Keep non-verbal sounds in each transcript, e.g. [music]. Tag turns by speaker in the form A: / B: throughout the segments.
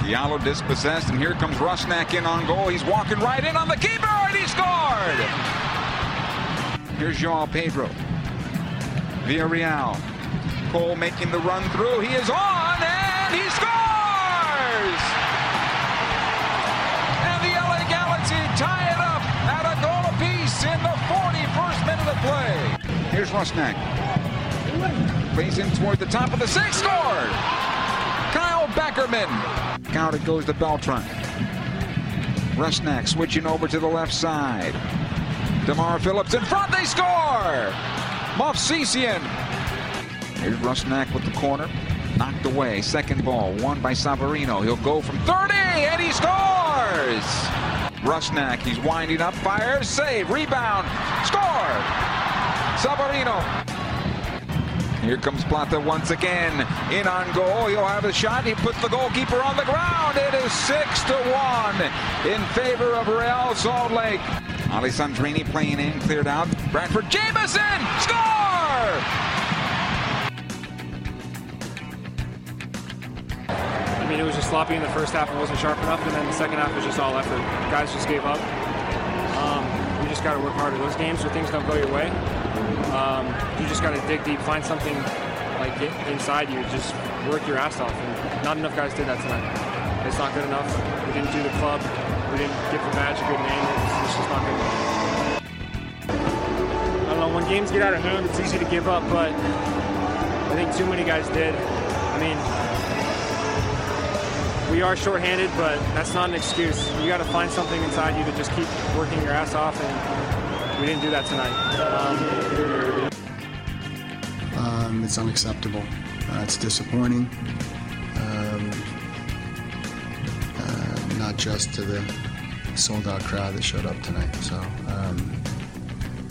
A: Diallo dispossessed, and here comes Rusnak in on goal. He's walking right in on the keeper, and he scored! Here's Joao Pedro. Villarreal. Cole making the run through. He is on, and he scores! And the LA Galaxy tie it up at a goal apiece in the 41st minute of play. Here's Rusnak. Plays in toward the top of the six, scored! Kyle Beckerman. Count it goes to Beltran. Rusnak switching over to the left side. Damar Phillips in front, they score! Mofsisian. Here's Rusnak with the corner. Knocked away. Second ball won by Savarino. He'll go from 30 and he scores! Rusnak, he's winding up, fires, save, rebound, score! Savarino. Here comes Plata once again. In on goal. He'll have a shot. He puts the goalkeeper on the ground. It is 6 to 1 in favor of Real Salt Lake. Alessandrini playing in, cleared out. Bradford Jameson score!
B: I mean, it was just sloppy in the first half. It wasn't sharp enough, and then the second half was just all effort. Guys just gave up. Um, you just got to work harder. Those games where things don't go your way, um, you just got to dig deep, find something like inside you, just work your ass off. And not enough guys did that tonight. It's not good enough. We didn't do the club. We didn't give the badge a good name. I don't know, when games get out of hand, it's easy to give up, but I think too many guys did. I mean, we are shorthanded, but that's not an excuse. You got to find something inside you to just keep working your ass off, and we didn't do that tonight.
C: Um, um, it's unacceptable. Uh, it's disappointing. Um, uh, not just to the sold out crowd that showed up tonight. So, um,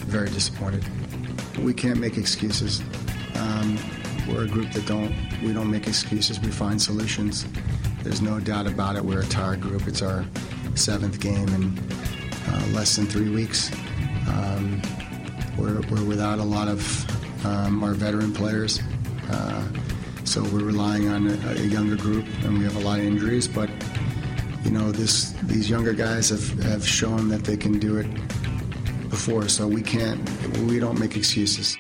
C: very disappointed. We can't make excuses. Um, we're a group that don't, we don't make excuses. We find solutions. There's no doubt about it. We're a tired group. It's our seventh game in uh, less than three weeks. Um, we're, we're, without a lot of um, our veteran players. Uh, so we're relying on a, a younger group, and we have a lot of injuries, but you know, this these younger guys have, have shown that they can do it before, so we can't we don't make excuses.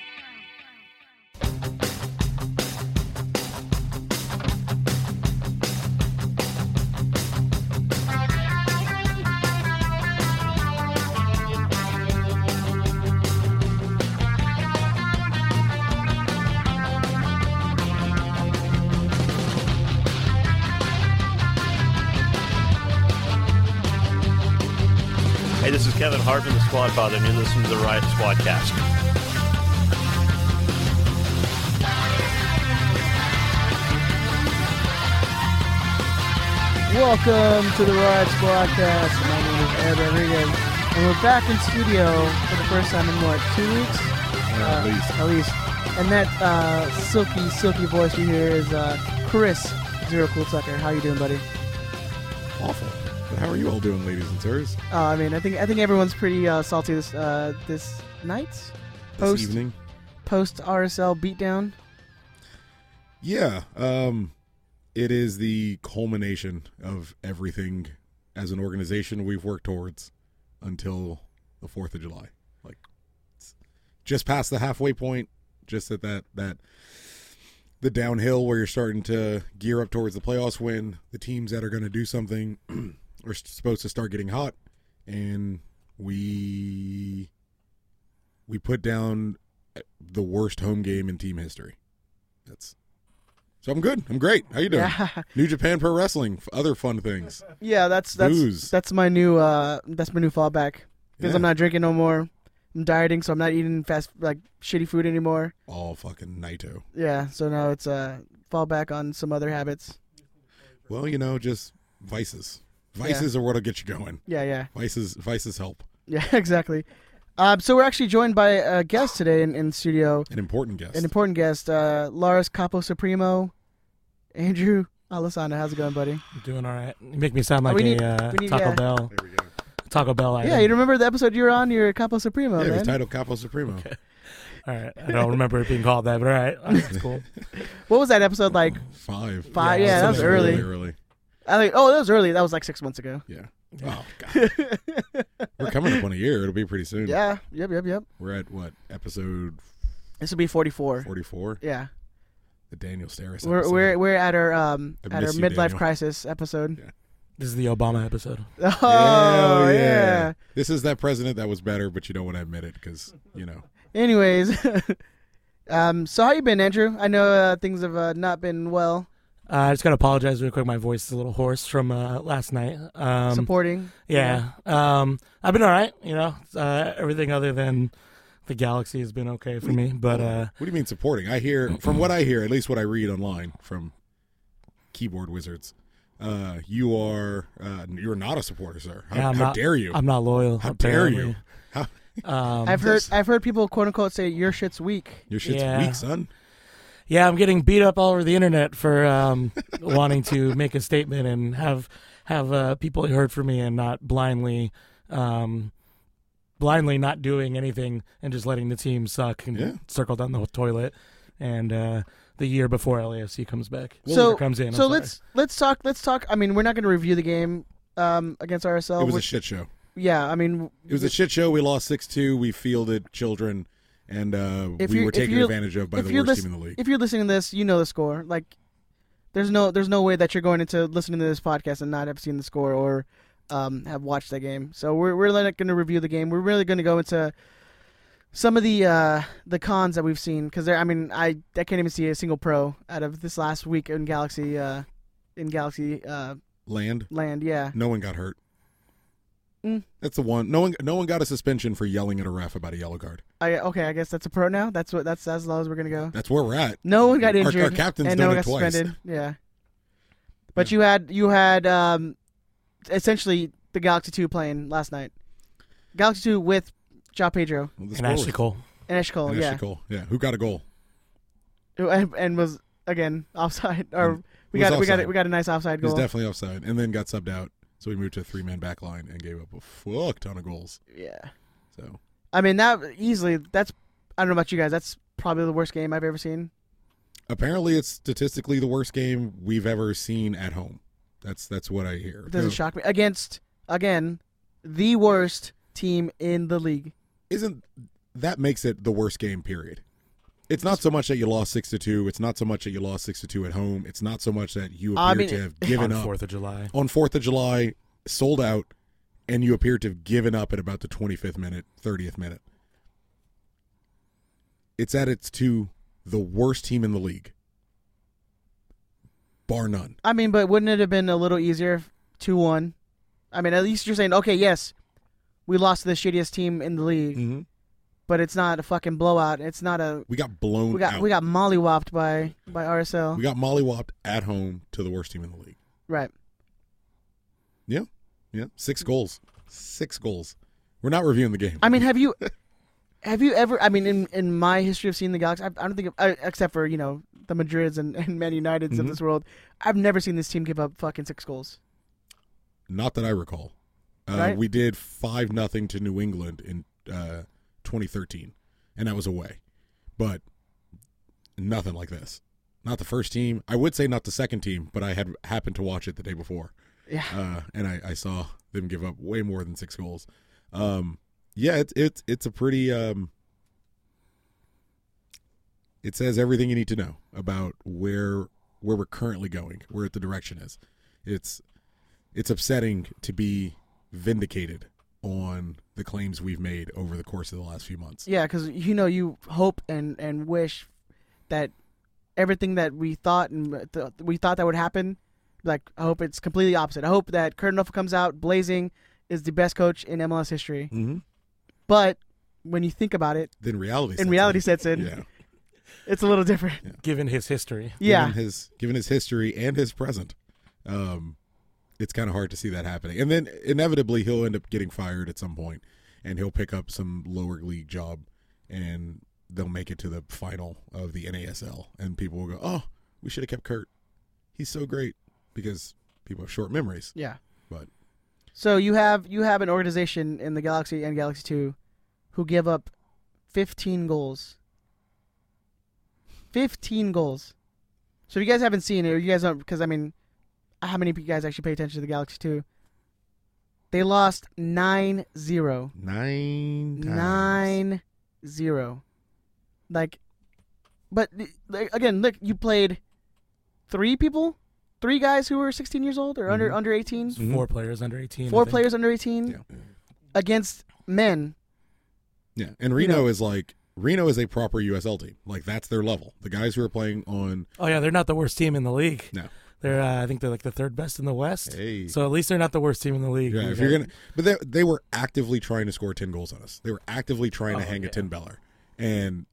D: Hey, this is Kevin Hart from the Squad Father, and you're listening to the Riot Squadcast.
E: Welcome to the Riot Squadcast. My name is Ed Rodriguez, and we're back in studio for the first time in what two weeks? Uh,
F: Yeah, at least.
E: At least. And that uh, silky, silky voice you hear is uh, Chris Zero Cool Tucker. How you doing, buddy?
F: Awful. But how are you all doing, ladies and sirs?
E: Uh, I mean, I think I think everyone's pretty uh, salty this uh, this night, post
F: this evening?
E: post RSL beatdown.
F: Yeah. Um, it is the culmination of everything as an organization we've worked towards until the 4th of July. Like, it's just past the halfway point, just at that, that, the downhill where you're starting to gear up towards the playoffs when the teams that are going to do something [clears throat] are supposed to start getting hot and we we put down the worst home game in team history that's so i'm good i'm great how you doing
E: Yeah. [laughs]
F: new japan pro wrestling f- other fun things
E: Yeah, that's that's
F: Booze.
E: that's my new uh that's my new fallback because
F: Yeah.
E: I'm not drinking no more. I'm dieting, so I'm not eating fast like shitty food anymore.
F: all fucking naito
E: Yeah, so now it's uh fallback on some other habits.
F: well you know just vices vices are what'll get you going
E: Yeah, yeah,
F: vices vices help
E: yeah, [laughs] exactly. Um, so we're actually joined by a guest today in, in studio,
F: an important guest
E: an important guest, uh, Lars Capo Supremo, Andrew Alessandro. How's it going, buddy?
G: Doing all right. You make me sound like
E: Oh, we
G: a
E: need-
G: uh,
E: we need-
G: Taco
E: yeah.
G: Bell.
F: there we go
G: Taco Bell.
E: Yeah,
G: Item.
E: you remember the episode you were on? You're Capo Supremo,
F: yeah it was
E: man.
F: titled capo supremo
G: All right. I don't remember it being called that, but all
F: [laughs]
G: right. That's cool.
E: What was that episode like?
F: five
E: Five- yeah, that was
F: something really
E: early.
F: early
E: I think. Oh, that was early. That was like six months ago.
F: Yeah. Oh
E: [laughs]
F: God. We're coming up on a year. It'll be pretty soon.
E: Yeah. Yep. Yep. Yep.
F: We're at what episode
E: This will be forty-four.
F: forty-four?
E: Yeah.
F: The Daniel Starris.
E: We're
F: episode.
E: we're we're at our um
F: I
E: at our
F: miss you,
E: midlife
F: Daniel.
E: crisis episode.
G: This is the Obama episode.
E: [laughs] Oh
F: Hell
E: yeah.
F: This is that president that was better, but you don't want to admit it because you know.
E: Anyways, [laughs] um, so how you been, Andrew? I know uh, things have uh, not been well.
G: Uh, I just gotta apologize real quick. My voice is a little hoarse from uh, last night. Um,
E: Supporting.
G: Yeah. Um, I've been all right. You know, uh, everything other than the galaxy has been okay for me. But uh,
F: What do you mean supporting? I hear [clears throat] from what I hear, at least what I read online from keyboard wizards, uh, you are uh, you're not a supporter, sir. How,
G: yeah, I'm
F: how
G: not,
F: dare you?
G: I'm not loyal.
F: how dare
G: apparently.
F: you? How,
G: Um,
E: I've heard I've heard people quote unquote say your shit's weak.
F: your shit's
G: Yeah.
F: weak, son.
G: yeah, I'm getting beat up all over the internet for um, [laughs] wanting to make a statement and have have uh, people heard from me and not blindly. Um, blindly not doing anything and just letting the team suck and
F: Yeah.
G: circle down the toilet and uh the year before LAFC comes back
E: so
G: Or comes in I'm
E: so
G: sorry.
E: let's let's talk let's talk. I mean, we're not going to review the game um, against RSL.
F: It was a
E: which-
F: shit show.
E: yeah, I mean,
F: It was a shit show. We lost six two. We fielded children, and uh,
E: if
F: we
E: you
F: were
E: if
F: taken
E: you're-
F: advantage of by
E: if
F: the
E: you're
F: worst
E: lis-
F: team in the league.
E: If you're listening to this, you know the score. Like, there's no there's no way that you're going into listening to this podcast and not have seen the score or um, have watched that game. So we're we're not going to review the game. We're really going to go into some of the uh, the cons that we've seen because I mean I I can't even see a single pro out of this last week in Galaxy uh, in Galaxy uh,
F: Land.
E: Land. Yeah,
F: No one got hurt.
E: Mm.
F: That's the one. No one. No one got a suspension for yelling at a ref about a yellow card.
E: I, okay. I guess that's a pro now. That's what that's as low as we're going to go.
F: That's where we're at.
E: No one got
F: Our- our
E: injured.
F: captain's
E: and
F: done
E: no one
F: it
E: got
F: twice.
E: suspended. Yeah. But you had you had um, essentially the Galaxy Two playing last night. Galaxy Two with Ja Pedro
F: Well,
G: and
F: the score
G: Ashley
F: was-
G: Cole.
E: and Ash Cole,
F: and
E: yeah,
F: Ashley Cole. Yeah. Who got a goal?
E: Who- and, and was again [laughs] offside. Or we
F: was
E: got we got
F: offside.
E: we got a nice offside
F: He's
E: goal.
F: definitely offside, and then got subbed out. So we moved to a three man back line and gave up a fuck ton of goals.
E: yeah.
F: So
E: I mean that easily. That's I don't know about you guys. That's probably the worst game I've ever seen.
F: apparently, it's statistically the worst game we've ever seen at home. That's that's what I hear.
E: It doesn't shock me against again the worst team in the league.
F: Isn't that makes it the worst game? Period. It's not so much that you lost six to two. It's not so much that you lost six to two at home. It's not so much that you appear
E: I mean,
F: to have
G: [laughs] on
F: given up
G: Fourth of July.
F: on Fourth of July, sold out, and you appear to have given up at about the twenty fifth minute, thirtieth minute. It's at its to the worst team in the league, bar none.
E: I mean, but wouldn't it have been a little easier two one? I mean, at least you're saying, okay, yes, we lost to the shittiest team in the league,
F: Mm-hmm.
E: but it's not a fucking blowout. It's not a
F: We got blown
E: we got
F: out.
E: we got mollywopped by by RSL.
F: we got mollywopped at home to the worst team in the league.
E: right.
F: Yeah, yeah, six goals, six goals. We're not reviewing the game.
E: I mean, have you have you ever? I mean, in in my history of seeing the Galaxy, I, I don't think, of, uh, except for you know the Madrids and, and Man Uniteds
F: Mm-hmm.
E: of this world, I've never seen this team give up fucking six goals.
F: not that I recall. Uh,
E: Right?
F: We did five nothing to New England in uh, 2013, and that was away. But nothing like this. Not the first team. I would say not the second team, but I had happened to watch it the day before,
E: Yeah.
F: uh, and I, I saw them give up way more than six goals. Um, yeah, it's it's it's a pretty. Um, it says everything you need to know about where where we're currently going, where the direction is. It's it's upsetting to be vindicated on the claims we've made over the course of the last few months.
E: Yeah, because you know you hope and and wish that everything that we thought and th- we thought that would happen, like I hope it's completely opposite. I hope that Kurt Russell comes out blazing, is the best coach in MLS history.
F: Mm-hmm.
E: But when you think about it,
F: Then reality. sets
E: and reality sets in,
F: yeah.
E: [laughs] it's a little different.
G: Given his history,
E: Yeah,
F: Given his given his history and his present, um, it's kind of hard to see that happening. And then inevitably he'll end up getting fired at some point, and he'll pick up some lower league job, and they'll make it to the final of the NASL, and people will go, "Oh, we should have kept Kurt. He's so great," because people have short memories.
E: yeah.
F: But
E: So you have you have an organization in the Galaxy and Galaxy Two, who give up fifteen goals. Fifteen goals. So if you guys haven't seen it, or you guys don't, because I mean, how many of you guys actually pay attention to the Galaxy too. They lost 9 0.
F: Nine.
E: 9
F: Times.
E: 0. Like, but like, again, look, you played three people, three guys who were 16 years old or under
F: Mhm.
E: under 18,
G: It's Four players under 18. I
E: four
G: think.
E: players under 18
F: Yeah.
E: against men.
F: Yeah, and Reno
E: know-
F: is like Reno is a proper USL team. Like that's their level. The guys who are playing on
G: Oh yeah, they're not the worst team in the league.
F: no.
G: They're uh, I think they're like the third best in the West.
F: Hey.
G: So at least they're not the worst team in the league.
F: Yeah, if you're gonna, but they, they were actively trying to score ten goals on us. They were actively trying to
G: Oh,
F: hang a
G: yeah.
F: ten beller, and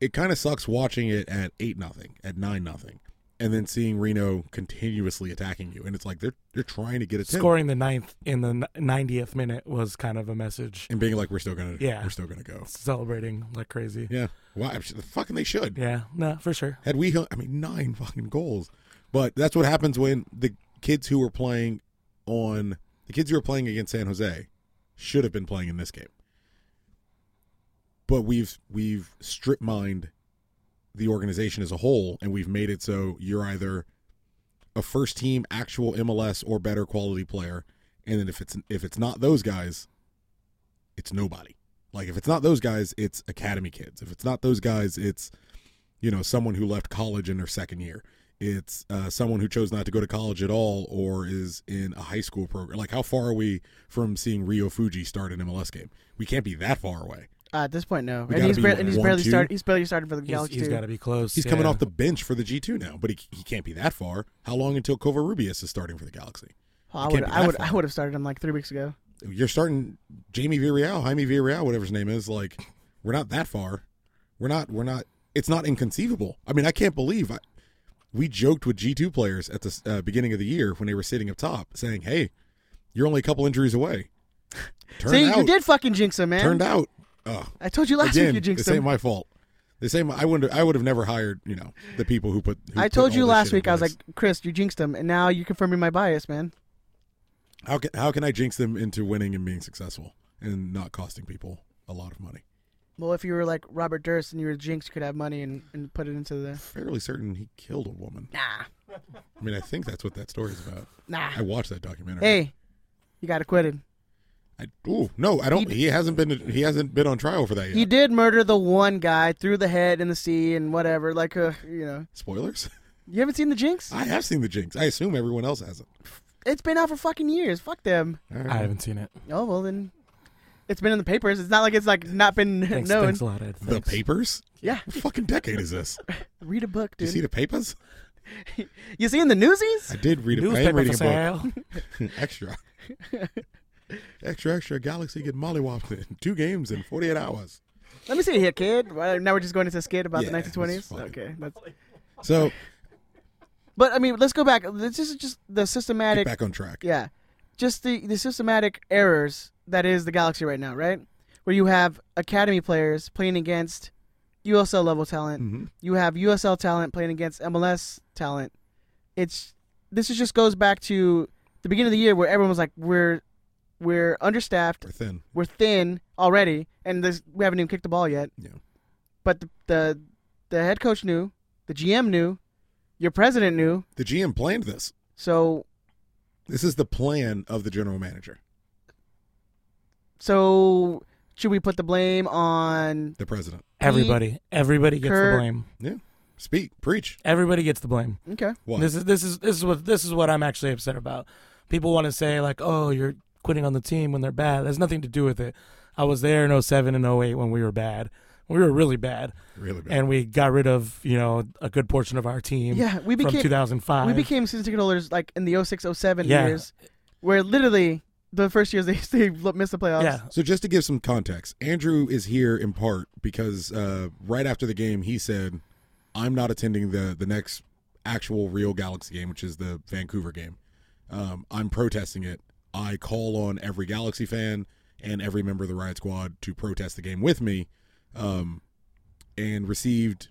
F: it kind of sucks watching it at eight nothing, at nine nothing, and then seeing Reno continuously attacking you, and it's like they're they're trying to get a ten
G: scoring the ninth in the ninetieth minute was kind of a message.
F: and being like we're still gonna
G: Yeah.
F: we're still gonna go
G: Celebrating like crazy.
F: yeah why fucking they should
G: Yeah, no, for sure.
F: Had we, I mean, nine [laughs] fucking goals. But that's what happens when the kids who were playing on the kids who were playing against San Jose should have been playing in this game. But we've we've strip mined the organization as a whole, and we've made it so you're either a first team actual MLS or better quality player, and then if it's if it's not those guys, it's nobody. Like if it's not those guys, it's academy kids. If it's not those guys, it's you know someone who left college in their second year it's uh, someone who chose not to go to college at all or is in a high school program like how far are we from seeing rio fuji start an mls game we can't be that far away
E: Uh, at this point, no. and
F: We gotta
E: he's,
F: be
E: bar- and he's
F: one,
E: barely
F: two.
E: started. He's barely started for the
G: He's,
E: Galaxy
G: he's
E: too.
G: got to be close.
F: he's coming
G: yeah.
F: off the bench for the g2 now but he, he can't be that far how long until covarrubias is starting for the galaxy
E: Oh, I
F: It
E: would,
F: can't be
E: I
F: that
E: would,
F: far.
E: I would have started him like three weeks ago.
F: you're starting jamie villarreal jaime villarreal whatever his name is like we're not that far we're not we're not it's not inconceivable i mean i can't believe I, we joked with G2 players at the uh, beginning of the year when they were sitting up top saying, hey, you're only a couple
G: [laughs]
F: injuries away. Turned
E: See,
F: out,
E: you did fucking jinx him, man.
F: turned out, oh,
E: I told you last
F: again,
E: week you jinxed
F: this ain't
E: him.
F: my fault. This ain't my, I wouldn't, I would have never hired, you know, the people who put, who
E: I
F: put
E: told
F: all
E: you
F: this
E: last
F: shit in
E: week. I was
F: place.
E: like, Chris, you jinxed him, and now you're confirming my bias, man.
F: how can, how can I jinx them into winning and being successful and not costing people a lot of money?
E: Well, if you were like Robert Durst and you were jinxed, you could have money and, and put it into the
F: Fairly certain he killed a woman.
E: nah,
F: I mean, I think that's what that story's about.
E: nah.
F: I watched that documentary.
E: Hey, you got acquitted.
F: I, ooh, no, I don't.
E: He-
F: He, hasn't been. He hasn't been on trial for that yet.
E: He did murder the one guy through the head in the sea and whatever. Like, uh, you know,
F: Spoilers. [laughs]
E: you haven't seen the jinx?
F: I have seen the Jinx. I assume everyone else hasn't.
E: It's been out for fucking years. Fuck them.
G: I haven't
E: [laughs]
G: seen it.
E: Oh well, then it's been in the papers. It's not like it's like not been [laughs]
G: Thanks,
E: known.
G: thanks a lot, Ed.
F: The
G: Thanks.
F: papers?
E: Yeah,
F: What [laughs] fucking decade is this?
E: [laughs] read a book,
F: Do
E: dude.
F: you see the papers?
E: You see in the newsies?
F: I did read a, I am
G: Newspaper
F: reading
G: for
F: a book.
G: sale.
E: [laughs]
F: [laughs] extra. extra, extra. Galaxy get mollywopped in two games in 48 hours.
E: Let me see it here, kid. Well, Now we're just going into a skit about
F: Yeah,
E: the
F: that's
E: 1920s.
F: fine.
E: Okay, that's.
F: So
E: But I mean, let's go back. This is just the
F: get
E: systematic.
F: back on track.
E: Yeah, just the the systematic errors that is the galaxy right now, right? Where you have academy players playing against USL level talent.
F: Mm-hmm.
E: You have USL talent playing against MLS talent. It's this is just goes back to the beginning of the year where everyone was like, we're we're understaffed,
F: We're thin.
E: we're thin already, and this, we haven't even kicked the ball yet.
F: Yeah.
E: But the, the the head coach knew, the GM knew, your president knew.
F: The GM planned this.
E: So
F: This is the plan of the general manager,
E: so should we put the blame on?
F: the president.
G: Everybody, everybody gets
E: Kurt-
G: the blame.
F: Yeah. Speak, preach.
G: Everybody gets the blame.
E: Okay.
F: What?
G: This is this is this is what this is what I'm actually upset about. People want to say like, "Oh, you're quitting on the team when they're bad." That's nothing to do with it. I was there in 07 and 08 when we were bad. We were really bad,
F: really bad.
G: and we got rid of you know a good portion of our team.
E: Yeah, we
G: from
E: became-
G: 2005.
E: We became season ticket holders like in the 06, 07
G: Yeah.
E: years, where literally the first years they [laughs] they missed the playoffs.
G: yeah.
F: So just to give some context, Andrew is here in part because uh, right after the game he said, "I'm not attending the the next actual real Galaxy game, which is the Vancouver game. Um, I'm protesting it. I call on every Galaxy fan and every member of the Riot Squad to protest the game with me." Um, and received,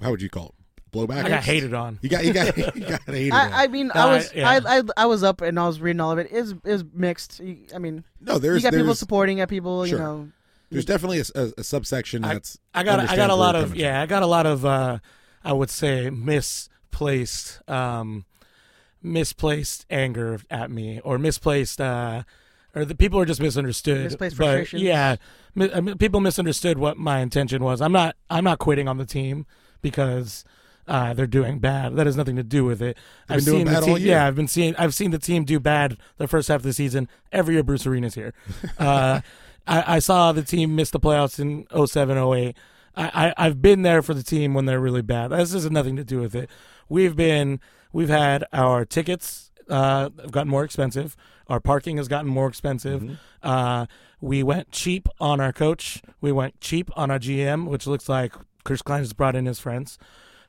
F: how would you call it? Blowback.
G: I got hated on.
F: You got you got [laughs] you got hated. on.
E: I, I mean, I
G: No, I-
E: was
G: yeah.
E: I, I I was up and I was reading all of it. Is is mixed. You- I mean,
F: no, there's
E: you got people
F: there's-
E: supporting, you got people,
F: Sure.
E: you know.
F: there's definitely a, a, a subsection that's
G: I got I got a
F: understands
G: lot
F: where you're
G: of
F: coming from.
G: yeah I got a lot of uh, I would say misplaced um, misplaced anger at me or misplaced uh or the people are just misunderstood.
E: Misplaced
G: but,
E: frustrations.
G: Yeah, mi- I mean, people misunderstood what my intention was. I'm not. I'm not quitting on the team because uh, they're doing bad. That has nothing to do with it.
F: They've been doing
G: seen
F: bad
G: the
F: all
G: team,
F: year.
G: Yeah, I've been seeing. I've seen the team do bad the first half of the season every year. Bruce Arena's
F: [laughs]
G: here. Uh, I, I saw the team miss the playoffs in 07, 08. I, I, I've been there for the team when they're really bad. This has nothing to do with it. We've been. We've had our tickets uh, have gotten more expensive. Our parking has gotten more expensive.
F: Mm-hmm.
G: Uh, we went cheap on our coach. We went cheap on our GM, which looks like Chris Klein has brought in his friends.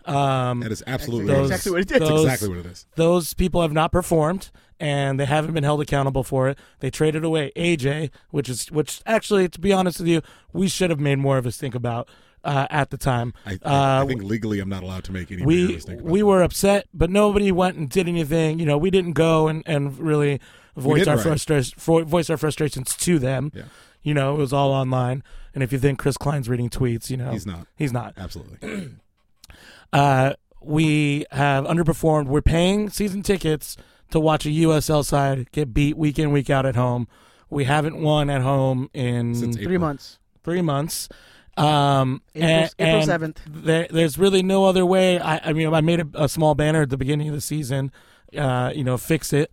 G: Um,
F: That is absolutely
G: those,
F: what it is.
E: what it is.
F: That's
G: those-
F: exactly what it is.
G: Those people have not performed, and they haven't been held accountable for it. They traded away AJ, which is which. Actually, to be honest with you, we should have made more of us think about uh, at the time.
F: I, I,
G: Uh,
F: I think legally I'm not allowed to make any
G: we
F: mistake about
G: we
F: that.
G: were upset, but nobody went and did anything. You know, we didn't go and, and really voice
F: did
G: our
F: right.
G: frustration fo- voice our frustrations to them.
F: Yeah.
G: You know, it was all online. And if you think Chris Klein's reading tweets, you know
F: He's not.
G: He's not.
F: Absolutely.
G: [clears throat] Uh, we have underperformed. We're paying season tickets to watch a USL side get beat week in week out at home. We haven't won at home in
F: Since
E: Three
F: April.
E: months.
G: three months. Um,
E: April-
G: and-
E: April
G: and
E: 7th.
G: There, there's really no other way. I, I mean, I made a, a small banner at the beginning of the season. Uh, you know, fix it,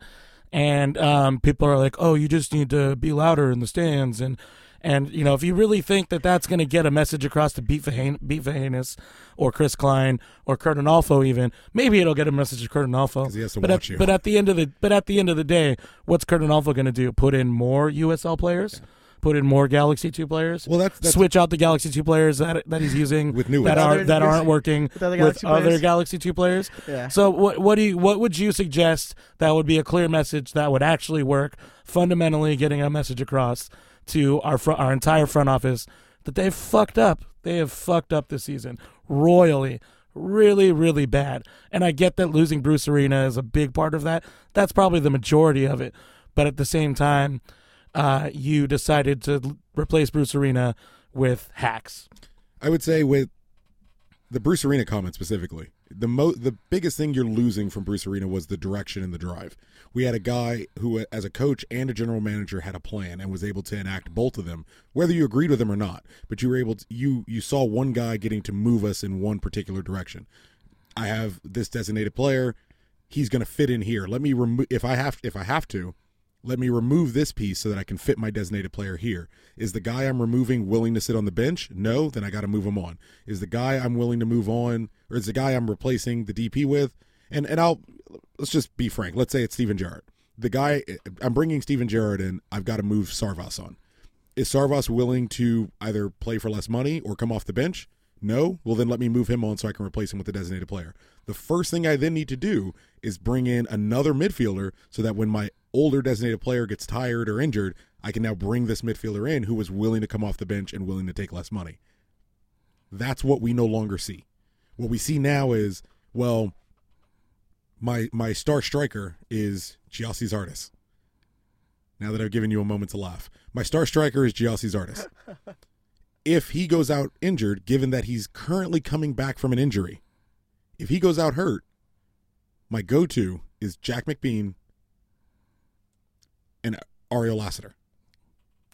G: and um, people are like, "Oh, you just need to be louder in the stands," and and you know, if you really think that that's going to get a message across to Beat Vahan- Beat Vahanis or Chris Klein or Kurt Anolfo, even maybe it'll get a message to Kurt Anolfo.
F: he has to
G: but
F: watch
G: at,
F: you.
G: But at the end of the but at the end of the day, what's Kurt Anolfo going to do? Put in more USL players? Put in more Galaxy Two players?
F: Well, that's- that's-
G: switch out the Galaxy Two players that that he's using
F: With new
G: that
F: ones.
G: are
E: Other-
G: that aren't working
E: with other
G: with
E: Galaxy
G: other
E: players.
G: Galaxy Two players.
E: Yeah.
G: So what what do you what would you suggest that would be a clear message that would actually work fundamentally getting a message across to our fr- our entire front office that they've fucked up. They have fucked up this season royally. Really, really bad. And I get that losing Bruce Arena is a big part of that. That's probably the majority of it. But at the same time, uh, you decided to l- replace Bruce Arena with hacks.
F: I would say with the Bruce Arena comment specifically, the mo- the biggest thing you're losing from Bruce Arena was the direction and the drive. We had a guy who, as a coach and a general manager, had a plan and was able to enact both of them, whether you agreed with them or not. But you were able to you you saw one guy getting to move us in one particular direction. I have this designated player. He's going to fit in here. Let me remove if I have if I have to. Let me remove this piece so that I can fit my designated player here. Is the guy I'm removing willing to sit on the bench? No, then I got to move him on. Is the guy I'm willing to move on, or is the guy I'm replacing the DP with? And and I'll let's just be frank. Let's say it's Steven Gerrard. The guy I'm bringing Steven Gerrard in, I've got to move Sarvas on is Sarvas willing to either play for less money or come off the bench? No. Well, then let me move him on so I can replace him with a designated player. The first thing I then need to do is bring in another midfielder so that when my older designated player gets tired or injured, I can now bring this midfielder in who was willing to come off the bench and willing to take less money. That's what we no longer see. What we see now is, well, my my star striker is Giassi's artist. Now that I've given you a moment to laugh, my star striker is Giassi's artist. if he goes out injured, given that he's currently coming back from an injury, if he goes out hurt, my go-to is Jack McBean and Ariel Lassiter.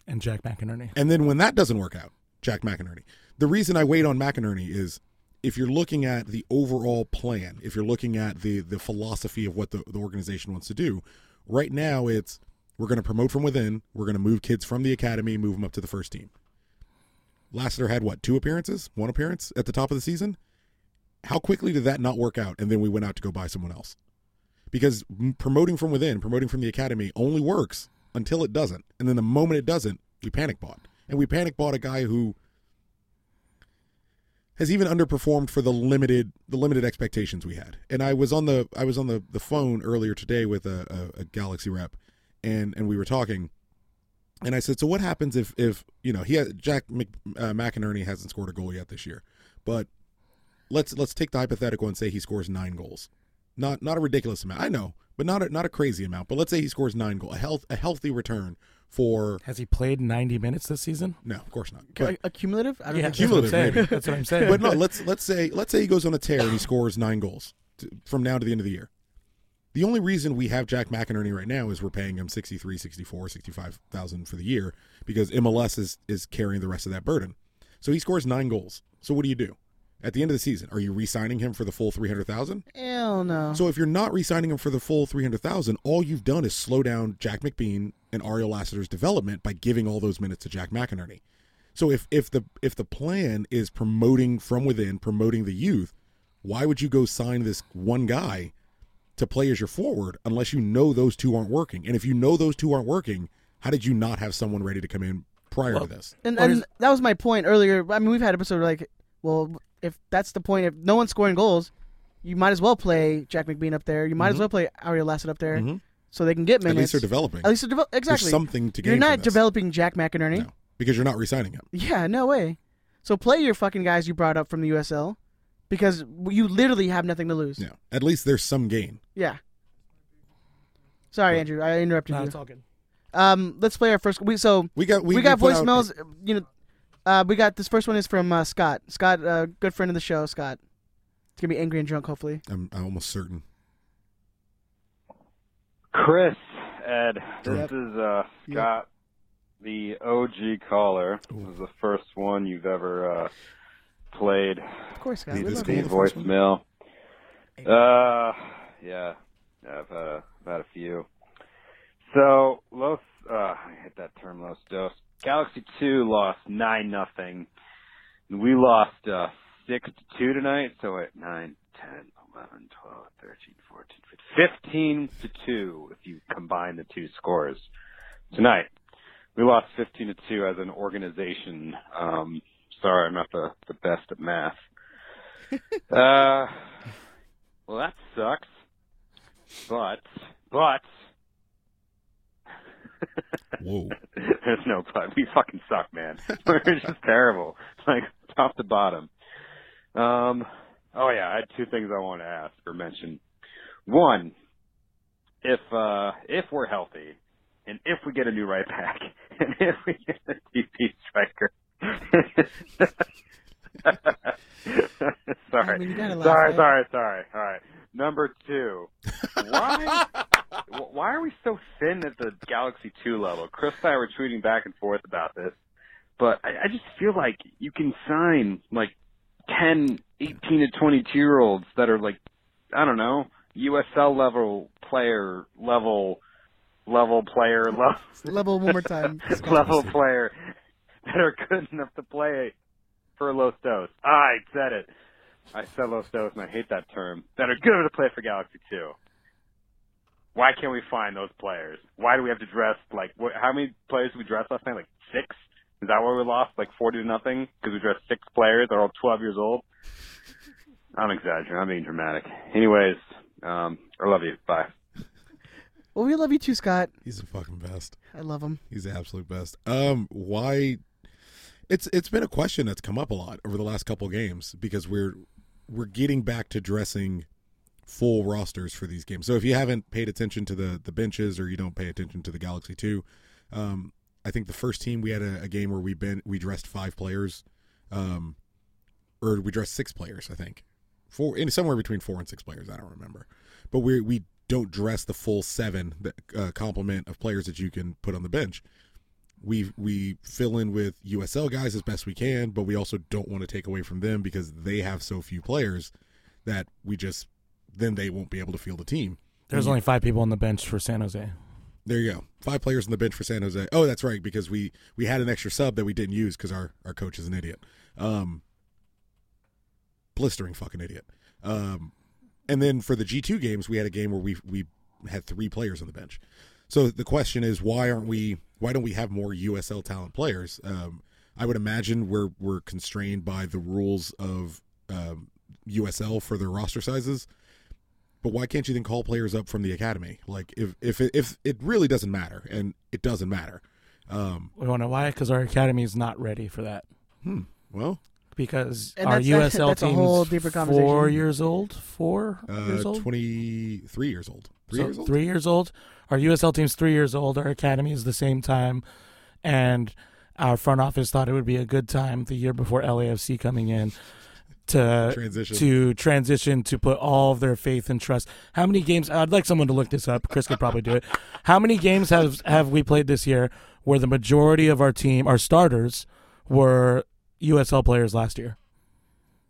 G: And Jack McInerney.
F: And then when that doesn't work out, Jack McInerney. The reason I wait on McInerney is if you're looking at the overall plan, if you're looking at the the philosophy of what the, the organization wants to do, right now it's we're going to promote from within, we're going to move kids from the academy, move them up to the first team. Lassiter had what, two appearances, one appearance at the top of the season? How quickly did that not work out? And then we went out to go buy someone else. Because m- promoting from within, promoting from the academy only works until it doesn't. And then the moment it doesn't, we panic bought. And we panic bought a guy who has even underperformed for the limited the limited expectations we had. And I was on the I was on the, the phone earlier today with a, a, a Galaxy rep and and we were talking and I said, so what happens if if you know he has, Jack Mc, uh, McInerney hasn't scored a goal yet this year, but let's let's take the hypothetical and say he scores nine goals, not not a ridiculous amount. I know, but not a, not a crazy amount. But let's say he scores nine goal, a health a healthy return for
G: Has he played 90 minits this season?
F: no, of course not.
E: A-
F: But,
E: Accumulative? I don't think so.
F: Cumulative,
G: that's what I'm saying.
F: maybe.
G: That's what I'm saying.
F: but no, let's let's say let's say he goes on a tear and he scores nine goals to, from now to the end of the year. The only reason we have Jack McInerney right now is we're paying him 63, 64, 65,000 for the year because MLS is is carrying the rest of that burden. So he scores 9 goals. So what do you do? At the end of the season, are you re-signing him for the full 300,000?
E: Hell no.
F: So if you're not re-signing him for the full 300,000, all you've done is slow down Jack McBean and Ariel Lassiter's development by giving all those minutes to Jack McInerney. So if if the if the plan is promoting from within, promoting the youth, why would you go sign this one guy to play as your forward unless you know those two aren't working? And if you know those two aren't working, how did you not have someone ready to come in prior
G: Well,
F: to this?
E: and,
G: Or
E: and
G: is-
E: that was my point earlier. I mean, we've had episodes where, like, well, if that's the point, if no one's scoring goals, you might as well play Jack McBean up there. You might as well play Ariel Lassett up there, so they can get
F: Mm-hmm. At
E: minutes.
F: least they're developing.
E: At least they're devel- exactly.
F: There's something to gain.
E: You're not
F: from this.
E: developing Jack McInerney.
F: No, because you're not re-signing him.
E: Yeah, no way. So play your fucking guys you brought up from the USL, because you literally have nothing to lose.
F: Yeah, at least there's some gain.
E: Yeah. Sorry, Andrew, I interrupted
G: No,
E: you.
G: it's all good.
E: Um, let's play our first. We so
F: We got we,
E: we, got
F: put out-
E: voicemails. You know, uh, we got this first one is from uh, Scott. Scott, uh, good friend of the show. Scott, it's gonna be angry and drunk. Hopefully,
F: I'm, I'm almost certain.
H: Chris, Ed, this
E: Yep.
H: is uh,
E: Yep.
H: Scott, the OG caller. This is the first one you've ever uh, played.
E: of course, Scott.
F: Is
E: We
F: this
E: love
H: the
F: cool,
E: you.
F: the first one?
H: voicemail. Uh, yeah, yeah, I've had a, I've had a few. So Los, uh, I hit that term Los Dos. Galaxy Two lost nine nothing. We lost uh, six to two tonight. So wait, nine, ten, eleven, twelve, thirteen, fourteen, fifteen, fifteen to two if you combine the two scores tonight. We lost fifteen to two as an organization. Um, sorry, I'm not the, the best at math. Uh, well, that sucks. But, but,
F: Whoa.
H: there's [laughs] no but. We fucking suck, man. We're just terrible. [laughs] Like, top to bottom. Um, oh yeah, I had two things I want to ask or mention. One, if, uh, if we're healthy, and if we get a new right back, [laughs] and if we get a DP striker. [laughs] sorry.
E: I mean, you gotta laugh,
H: sorry,
E: right?
H: sorry, sorry. All right. Number two.
E: [laughs]
H: Why? wh- why are we so thin at the Galaxy 2 level? Chris and I were tweeting back and forth about this, but I, I just feel like you can sign like 10, 18 to 22 year olds that are like, I don't know, USL level player, level, level player, [laughs] level,
E: Level one more
F: [laughs]
H: [laughs]
E: time. Scott.
H: level player that are good enough to play for Los Dos. I said it. I said Los Dos, and I hate that term. That are good enough to play for Galaxy 2. Why can't we find those players? Why do we have to dress like what, how many players did we dress last night? Like six? Is that why we lost like forty to nothing? Because we dressed six players. They're all twelve years old. I'm exaggerating. I'm being dramatic. Anyways, um, I love you. Bye.
E: Well, we love you too, Scott.
F: He's the fucking best.
E: I love him.
F: He's the absolute best. Um, why? It's it's been a question that's come up a lot over the last couple games because we're we're getting back to dressing full rosters for these games. So if you haven't paid attention to the the benches or you don't pay attention to the Galaxy Two, um, I think the first team we had a, a game where we been we dressed five players, um, or we dressed six players. I think four in somewhere between four and six players. I don't remember, but we we don't dress the full seven that, uh, complement of players that you can put on the bench. We we fill in with USL guys as best we can, but we also don't want to take away from them because they have so few players that we just then they won't be able to field a team. Mm-hmm.
G: There's only five people on the bench for San Jose.
F: There you go. Five players on the bench for San Jose. Oh, that's right, because we we had an extra sub that we didn't use because our our coach is an idiot. Um, blistering fucking idiot. Um, and then for the G two games, we had a game where we we had three players on the bench. So the question is, why aren't we? Why don't we have more USL talent players? Um, I would imagine we're we're constrained by the rules of um, USL for their roster sizes but why can't you then call players up from the academy? Like if if it, if it really doesn't matter, and it doesn't matter. Um,
G: We want to why because our academy is not ready for that.
F: well,
G: Because
E: And
G: our
E: that's-
G: USL
E: that's- [laughs] that's a
G: team's
E: whole deeper
G: four
E: conversation.
G: years old. Four
F: uh,
G: years old.
F: twenty three years old, three
G: So
F: years old.
G: Three years old. Our USL team's three years old. Our academy is the same time, and our front office thought it would be a good time the year before LAFC coming in to
F: Transition.
G: to transition to put all of their faith and trust. How many games? I'd like someone to look this up. Chris could probably do it. How many games have have we played this year where the majority of our team, our starters, were USL players last year?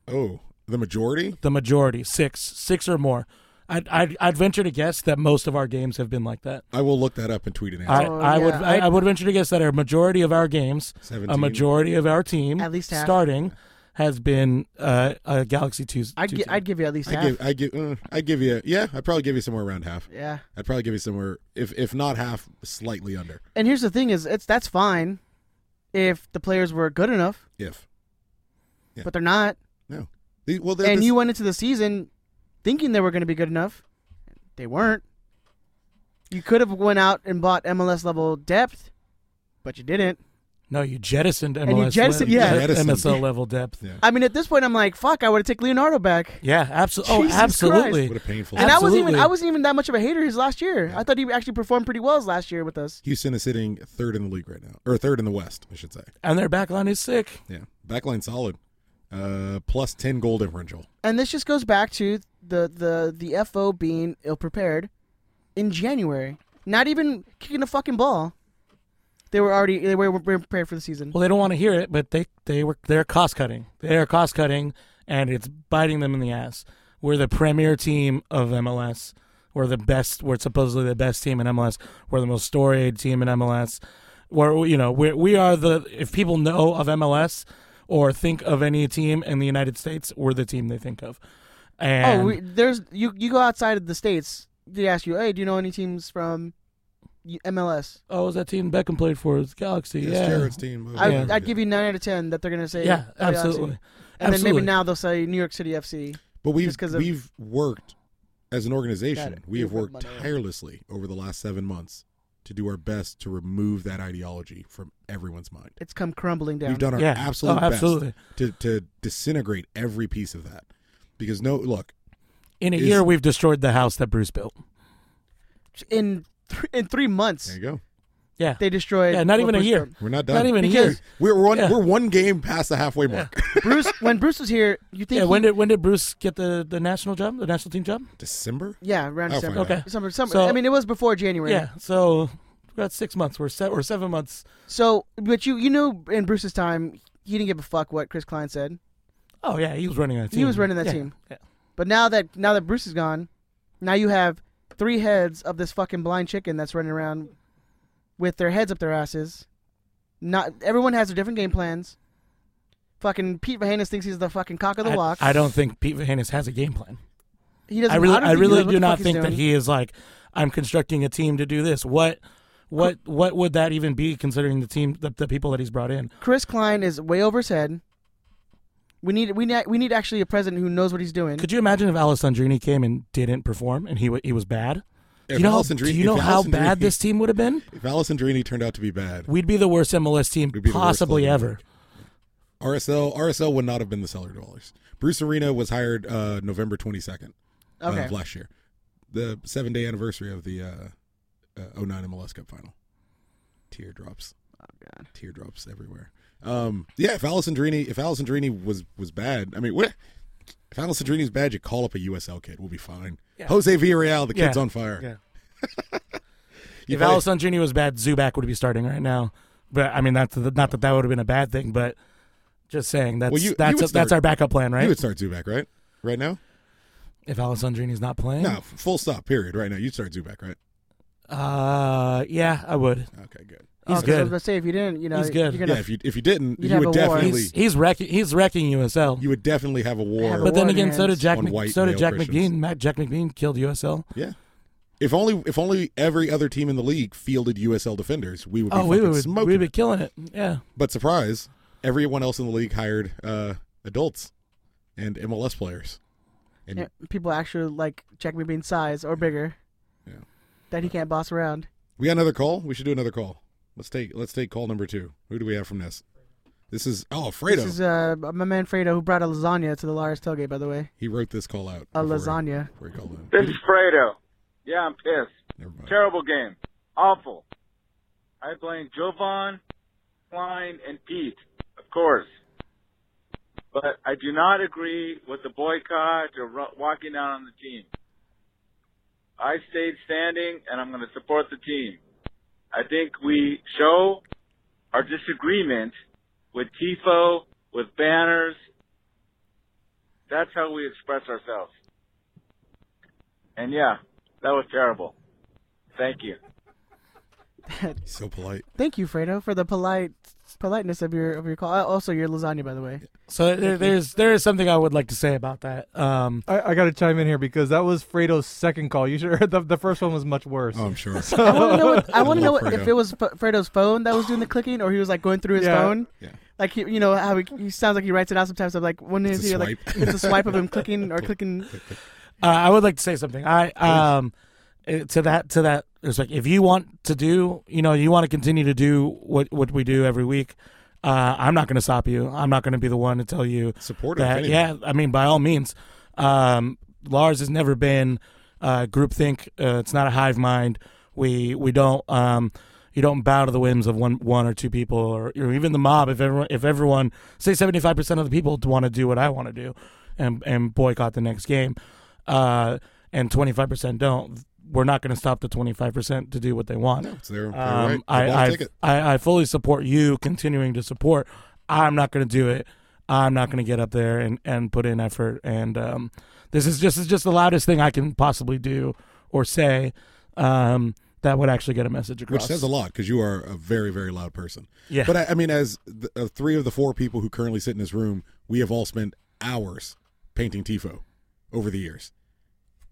F: Oh, the majority?
G: The majority, six, six or more. I'd, I'd, I'd venture to guess that most of our games have been like that.
F: I will look that up and tweet it out.
G: I,
E: Oh,
G: I would
E: yeah.
G: I, I would venture to guess that a majority of our games,
F: 17.
G: a majority of our team,
E: At least half.
G: starting, has been uh, a Galaxy Two.
E: I'd, gi- I'd give you at least
F: I
E: half.
F: give I give uh, I give you yeah I'd probably give you somewhere around half
E: yeah.
F: I'd probably give you somewhere if if not half slightly under
E: And here's the thing: is it's that's fine if the players were good enough,
F: if Yeah.
E: but they're not.
F: no The- well
E: and
F: and
E: you went into the season thinking they were going to be good enough. They weren't. You could have went out and bought MLS level depth, but you didn't.
G: no, you jettisoned MLS.
E: you jettisoned-
G: level-
E: yeah.
F: Jettisoned.
G: MSL level depth.
F: Yeah.
G: Yeah,
E: I mean, at this point, I'm like, fuck! I would have taken Leonardo back.
G: absolutely. Oh,
E: Jesus
G: absolutely.
F: what a painful
E: And I wasn't even
G: Absolutely.
E: I wasn't even that much of a hater his last year. I thought he actually performed pretty well his last year with us.
F: Houston is sitting third in the league right now or third in the West I should say
G: And their back line is sick.
F: yeah backline solid uh plus ten goal differential
E: And this just goes back to the the the FO being ill prepared in January. Not even kicking a fucking ball. They were already they were, were prepared for the season.
G: Well, they don't want to hear it, but they they were they're cost cutting. They are cost cutting, and it's biting them in the ass. We're the premier team of MLS. We're the best. We're supposedly the best team in MLS. We're the most storied team in MLS. We're you know we we are the if people know of MLS or think of any team in the United States, we're the team they think of. And
E: oh, we, there's you you go outside of the states. They ask you, hey, do you know any teams from MLS?
G: oh, was that team Beckham played for? It was Galaxy.
F: Yes,
G: yeah,
F: Jared's team
E: I,
G: Yeah.
E: I'd give you nine out of ten that they're gonna say
G: yeah,
E: Galaxy.
G: absolutely.
E: And then
G: Absolutely.
E: maybe now they'll say New York City FC.
F: But we've
E: just 'cause of-
F: we've worked as an organization.
E: Got it.
F: We have
E: You've
F: worked
E: got money.
F: tirelessly over the last seven months to do our best to remove that ideology from everyone's mind.
E: It's come crumbling down.
F: We've done our
G: Yeah.
F: absolute
G: Oh, absolutely.
F: best to to disintegrate every piece of that. Because no, look,
G: In a
F: Is-
G: year, we've destroyed the house that Bruce built.
E: in th- in three months.
F: there you go.
G: Yeah,
E: They destroyed.
G: Yeah, not even a
E: Bruce
G: year.
E: done.
F: We're not done.
G: Not even a
E: Because-
G: year.
F: We're one.
G: Yeah.
F: We're one game past the halfway mark.
E: Bruce, when Bruce was here, you think?
G: Yeah, when
E: he-
G: did when did Bruce get the, the national job, the national team job?
F: December.
E: Yeah, around
F: I'll
E: December. Oh,
F: find
G: out. Okay.
E: December, summer.
G: So-
E: I mean, it was before January.
G: Yeah, so we got six months. We're set. We're seven months.
E: So, but you you knew in Bruce's time, he didn't give a fuck what Chris Klein said.
G: Oh yeah, he was running that
E: He
G: team.
E: was running that
G: Yeah,
E: team.
G: yeah.
E: But now that now that Bruce is gone, now you have three heads of this fucking blind chicken that's running around with their heads up their asses. Not everyone has their different game plans. Fucking Pete Vahanis thinks he's the fucking cock of the
G: I-
E: walk.
G: I, don't think Pete Vahanis has a game plan.
E: he doesn't.
G: I really,
E: I, don't think he
G: I,
E: knows
G: really
E: what
G: do
E: the fuck
G: not
E: he's
G: think that
E: doing.
G: he is like. I'm constructing a team to do this. What, what, what would that even be? Considering the team, the, the people that he's brought in.
E: Chris Klein is way over his head. We need we need we need actually a president who knows what he's doing.
G: Could you imagine if Alessandrini came and didn't perform and he wa- he was bad? Do
F: If
G: you know,
F: Alessandrini-
G: do you know
F: if
G: how
F: Alessandrini-
G: bad this team would have been?
F: If Alessandrini turned out to be bad,
G: We'd be the worst MLS team
F: We'd be the worst
G: possibly
F: club in the
G: ever.
F: league. RSL RSL would not have been the seller dollars. Bruce Arena was hired uh, November twenty second.
E: okay.
F: of last year, the seven day anniversary of the uh, uh, 09 MLS Cup final. Teardrops,
E: Oh, God.
F: teardrops everywhere. Um, yeah, if Alessandrini, if Alessandrini was was bad, I mean, what? If Alessandrini's bad, you call up a USL kid, we'll be fine. Jose Villarreal, the kid's
G: Yeah.
F: on fire.
G: Yeah.
F: You
G: if
F: play-
G: Alessandrini was bad, Zubac would be starting right now. But I mean, that's not that that would have been a bad thing, but just saying that's
F: Well, you- you
G: that's
F: would
G: that's
F: start-
G: our backup plan,
F: you
G: right?
F: would start Zubac, right? Right now?
G: if Alessandrini's not playing,
F: No, f- full stop. Period. Right now, you'd start Zubac, right?
G: uh, yeah, I would.
F: Okay, good.
G: He's
E: Oh, 'cause I was
G: good.
E: gonna say if you didn't, you know,
G: He's good.
E: You're
F: Yeah,
E: gonna
F: if you if you didn't,
E: You'd
F: you
E: have
F: would
E: a war.
F: definitely
G: He's he's wrecking he's wrecking USL.
F: you would definitely have a war.
E: Have a
G: but then
E: War
G: again, so did
E: hands
G: Jack
F: on
G: Mc-
F: white
G: so did
F: male
G: Jack
F: Christians.
G: McBean. Mac, Jack McBean killed USL.
F: Yeah. If only if only every other team in the league fielded USL defenders, we would be
G: Oh, we
F: fucking
G: would
F: smoking.
G: we'd be
F: it.
G: killing it. Yeah,
F: But surprise, everyone else in the league hired uh, adults and MLS players. And
E: yeah, people actually like check me being size or bigger.
F: Yeah.
E: That he can't boss around.
F: we got another call. We should do another call. Let's take let's take call number two. Who do we have from this? This is oh Fredo.
E: This is uh, my man Fredo who brought a lasagna to the Lars tailgate, by the way.
F: he wrote this call out.
E: A
F: before-
E: lasagna.
F: Before he called in.
I: This is Fredo. Yeah, I'm pissed.
F: Never mind.
I: Terrible game. Awful. I blame Jovan, Klein, and Pete, of course. But I do not agree with the boycott or ru- walking out on the team. I stayed standing, and I'm going to support the team. I think we show our disagreement with tifo, with banners. That's how we express ourselves. And yeah, that was terrible. Thank you.
F: So polite.
E: Thank you, Fredo, for the polite politeness of your of your call. Uh, Also, your lasagna, by the way.
G: So there, there's there is something I would like to say about that. Um,
J: I, I got to chime in here because that was Fredo's second call. You should [laughs] the, the first one was much worse.
F: Oh, I'm sure.
E: I want to know. What, I want to know
F: Love
E: what, if
F: Fredo. [laughs]
E: it was F- Fredo's phone that was doing the clicking, or he was like going through his
J: Yeah.
E: phone.
F: Yeah.
E: Like he, you know how he, he sounds like he writes it out sometimes. Of like one
F: It's
E: is
F: a
E: he like
F: swipe.
E: it's a swipe
F: [laughs]
E: of him clicking or clicking.
G: uh, I would like to say something. I um eh, to that to that it's like if you want to do you know you want to continue to do what what we do every week. Uh, I'm not going to stop you. I'm not going to be the one to tell you
F: Support him, if
G: that.
F: anything.
G: Yeah, I mean by all means, um, Lars has never been uh, groupthink. Uh, it's not a hive mind. We we don't um, you don't bow to the whims of one one or two people or, or even the mob. If everyone if everyone say 75 percent of the people want to do what I want to do, and and boycott the next game, uh, and 25 percent don't. We're not going to stop the 25 percent to do what they want.
F: It's their, their
G: Um,
F: right.
G: I,
F: They bought a
G: I,
F: ticket.
G: I, I fully support you continuing to support. I'm not going to do it. I'm not going to get up there and, and put in effort. And um, this is just this is just the loudest thing I can possibly do or say um, that would actually get a message across.
F: Which says a lot because you are a very, very loud person.
G: Yeah.
F: But I, I mean, as the, uh, three of the four people who currently sit in this room, we have all spent hours painting Tifo over the years.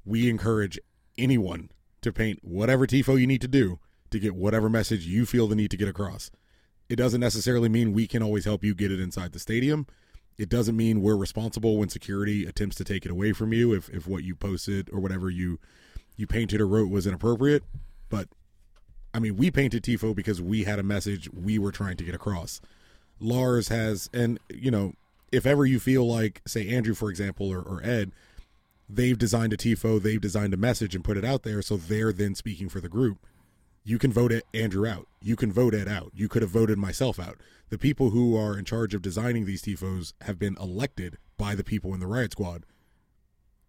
F: We encourage anyone to paint whatever Tifo you need to do to get whatever message you feel the need to get across. It doesn't necessarily mean we can always help you get it inside the stadium. It doesn't mean we're responsible when security attempts to take it away from you if, if what you posted or whatever you you painted or wrote was inappropriate. But I mean, we painted Tifo because we had a message we were trying to get across. Lars has, and you know, if ever you feel like, say, Andrew, for example, or, or Ed, they've designed a Tifo, they've designed a message and put it out there, so they're then speaking for the group. You can vote it, Andrew out. You can vote Ed out. You could have voted myself out. The people who are in charge of designing these Tifos have been elected by the people in the Riot Squad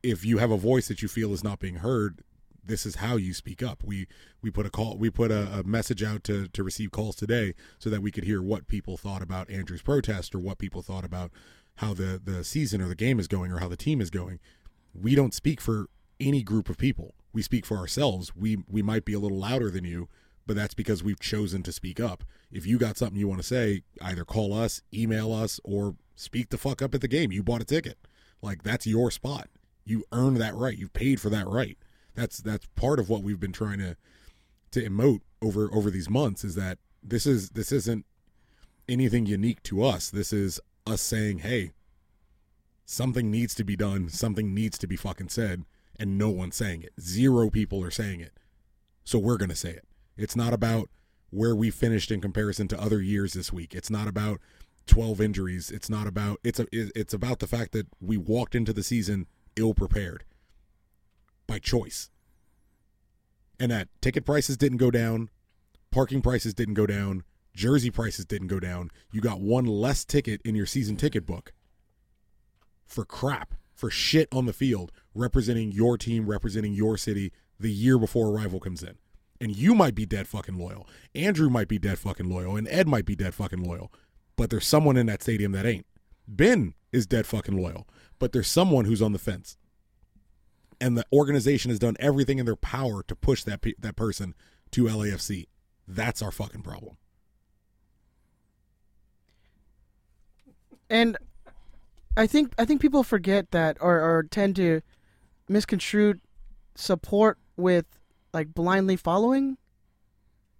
F: if you have a voice that you feel is not being heard, this is how you speak up. We we put a call, we put a, a message out to to receive calls today, so that we could hear what people thought about Andrew's protest or what people thought about how the the season or the game is going or how the team is going. We don't speak for any group of people. We speak for ourselves. We we might be a little louder than you, but that's because we've chosen to speak up. If you got something you want to say, either call us, email us, or speak the fuck up at the game. You bought a ticket. Like that's your spot. You earned that right. You paid for that right. That's that's part of what we've been trying to to emote over over these months is that this is this isn't anything unique to us. This is us saying, "Hey, something needs to be done. Something needs to be fucking said." And no one's saying it. Zero people are saying it. So we're going to say it. It's not about where we finished in comparison to other years this week. It's not about 12 injuries. It's not about it's a, it- it's about the fact that we walked into the season ill prepared by choice. And that ticket prices didn't go down, parking prices didn't go down, jersey prices didn't go down. You got one less ticket in your season ticket book for crap, for shit on the field, representing your team, representing your city the year before a rival comes in. And you might be dead fucking loyal. Andrew might be dead fucking loyal. And Ed might be dead fucking loyal. But there's someone in that stadium that ain't. Ben is dead fucking loyal. But there's someone who's on the fence. And the organization has done everything in their power to push that pe- that person to LAFC. That's our fucking problem.
E: And I think I think people forget that, or or tend to misconstrue support with like blindly following.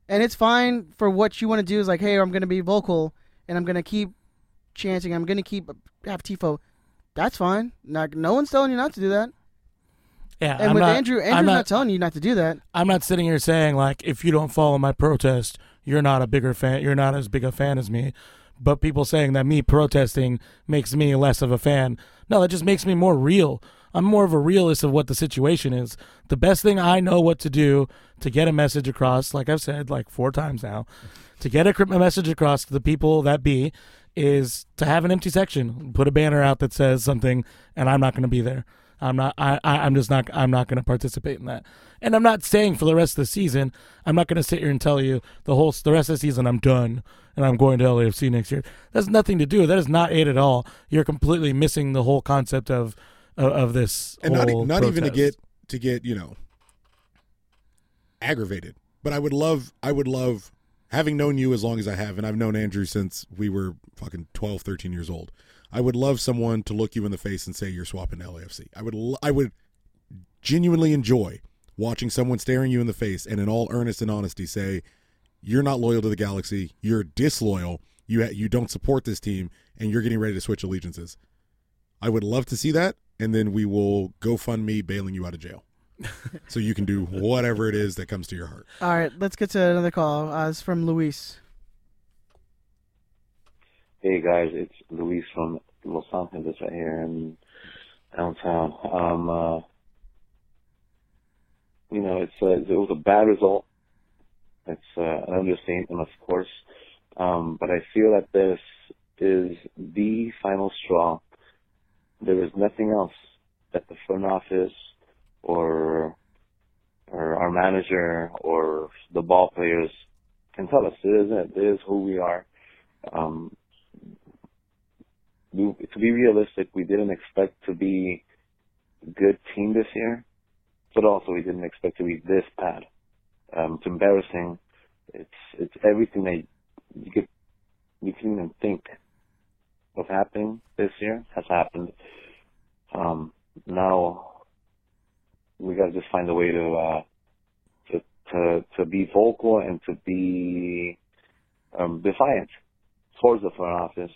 E: And it's fine for what you want to do is like, hey, I'm going to be vocal and I'm going to keep chanting. I'm going to keep have tifo. That's fine. Not, no one's telling you not to do that.
G: yeah,
E: And
G: I'm
E: with
G: not-
E: Andrew,
G: I'm
E: Andrew's not, telling you not to do that.
G: I'm not sitting here saying like if you don't follow my protest, you're not a bigger fan. You're not as big a fan as me. But people saying that me protesting makes me less of a fan. No, that just makes me more real. I'm more of a realist of what the situation is. The best thing I know what to do to get a message across, like I've said like four times now, to get a cr- a message across to the people that be, is to have an empty section, put a banner out that says something, and I'm not going to be there. I'm not. I, I. I'm just not. I'm not going to participate in that. And I'm not saying for the rest of the season. I'm not going to sit here and tell you the whole the rest of the season. I'm done, and I'm going to LAFC next year. That's nothing to do. That is not it at all. You're completely missing the whole concept of of, of this.
F: and not, e-
G: whole
F: not even to
G: protest.
F: get to get you know aggravated but i would love i would love having known you as long as i have and i've known andrew since we were fucking 12 13 years old i would love someone to look you in the face and say you're swapping to lafc i would l- i would genuinely enjoy watching someone staring you in the face and in all earnest and honesty say you're not loyal to the galaxy you're disloyal you ha- you don't support this team and you're getting ready to switch allegiances I would love to see that, and then we will go fund me bailing you out
E: [laughs]
F: of jail, so you can do whatever it is that comes to your heart.
E: All right, let's get to another call. Uh, it's from Luis.
K: Hey guys, it's Luis from Los Angeles right here in downtown. Um, uh, you know, it's uh it was a bad result. It's uh, an understatement, of course, um, but I feel that this is the final straw. There is nothing else that the front office or or our manager or the ball players can tell us. It is it. It is who we are. Um, we, to be realistic, we didn't expect to be a good team this year, but also we didn't expect to be this bad. Um, it's embarrassing. It's it's everything that you could you can even think of happening this year has happened. Um, now we got to just find a way to uh, to to to be vocal and to be um, defiant towards the front office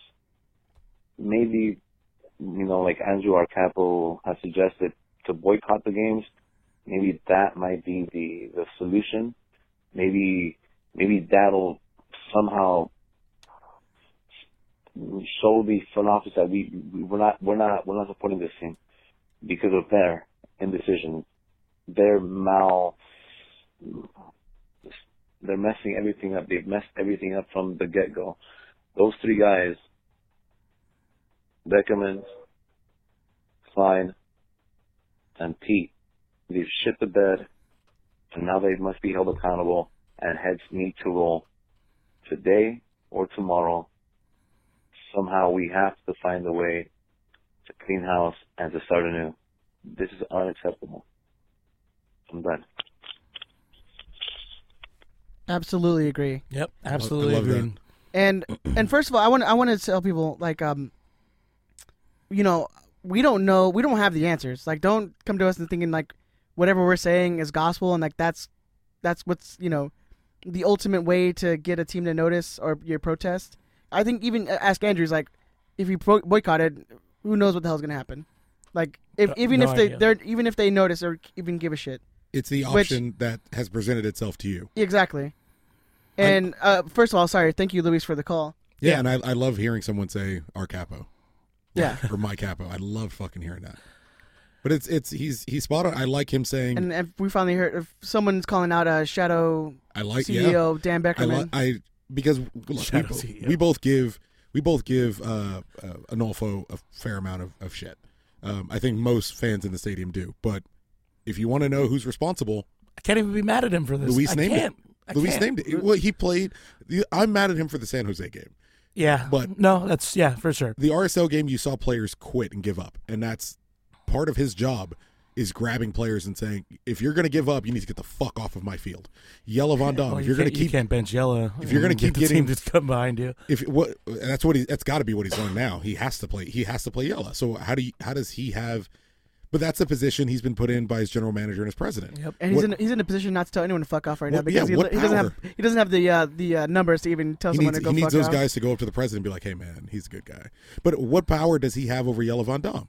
K: maybe you know like Andrew Arcapo has suggested to boycott the games. Maybe that might be the the solution. Maybe maybe that'll somehow show the front office that we we- we're not we're not we're not supporting this team because of their indecision, their mal. They're messing everything up. They've messed everything up from the get go. Those three guys Beckerman, Klein, and Pete. They've shit the bed, and now they must be held accountable, and heads need to roll today or tomorrow. Somehow we have to find a way to clean house and to start anew. This is unacceptable. I'm done.
E: Absolutely agree.
G: Yep,
F: I love
G: absolutely agree.
F: that.
E: And and first of all, I want I want to tell people like um, you know, we don't know, we don't have the answers. Like, don't come to us and thinking like whatever we're saying is gospel and like that's that's what's you know the ultimate way to get a team to notice or your protest. I think even uh, ask Andrews like if you pro- boycotted, who knows what the hell's gonna happen? Like if
G: Uh,
E: even
G: no
E: if they
G: idea.
E: they're even if they notice or even give a shit.
F: It's the
E: Which-
F: option that has presented itself to you.
E: Exactly. And uh, first of all, sorry, thank you, Luis, for the call.
F: Yeah, and I, I love hearing someone say "our capo,"
E: Yeah.
F: or "my capo." I love fucking hearing that. But it's it's he's he's spot on. I like him saying
E: And if we finally heard if someone's calling out a shadow
F: I like yeah.
E: CEO E Dan
F: I,
E: Beckerman.
F: li- I because look, we,
G: Shadow
F: both,
G: CEO.
F: we both give we both give uh, uh, Anolfo a fair amount of, of shit. Um, I think most fans in the stadium do. But if you want to know who's responsible,
G: I can't even be mad at him for this.
F: Luis
G: I
F: named
G: can't.
F: it.
G: I
F: Luis
G: can't.
F: named it. Well, he played. I'm mad at him for the San Jose game.
G: Yeah,
F: But-
G: but no, that's yeah for sure.
F: The RSL game, you saw players quit and give up, and that's part of his job is grabbing players and saying, "If you're going to give up, you need to get the fuck off of my field." Yellow Von
G: [laughs]
F: Dom,
G: Well,
F: if
G: you
F: you're going to
G: can't- you
F: keep
G: can't bench Yella.
F: if you're gonna
G: and
F: keep
G: get the
F: getting-
G: team to come behind you,
F: if what that's what he that's got to be what he's learned now. He has to play. He has to play Yella. So how do you, how does he have? But that's a position he's been put in by his general manager and his president.
G: Yep.
E: and he's
F: what-
E: in he's in a position not to tell anyone to fuck off right now
F: What-
E: because he,
F: yeah, what
E: he doesn't have
F: power?
E: he doesn't have the uh, the uh, numbers to even tell
F: He
E: someone
F: needs,
E: to go
F: he needs
E: fuck
F: those
E: off.
F: guys to go up to the president and be like, "Hey, man, he's a good guy." But what power does he have over Yellow Von Dom?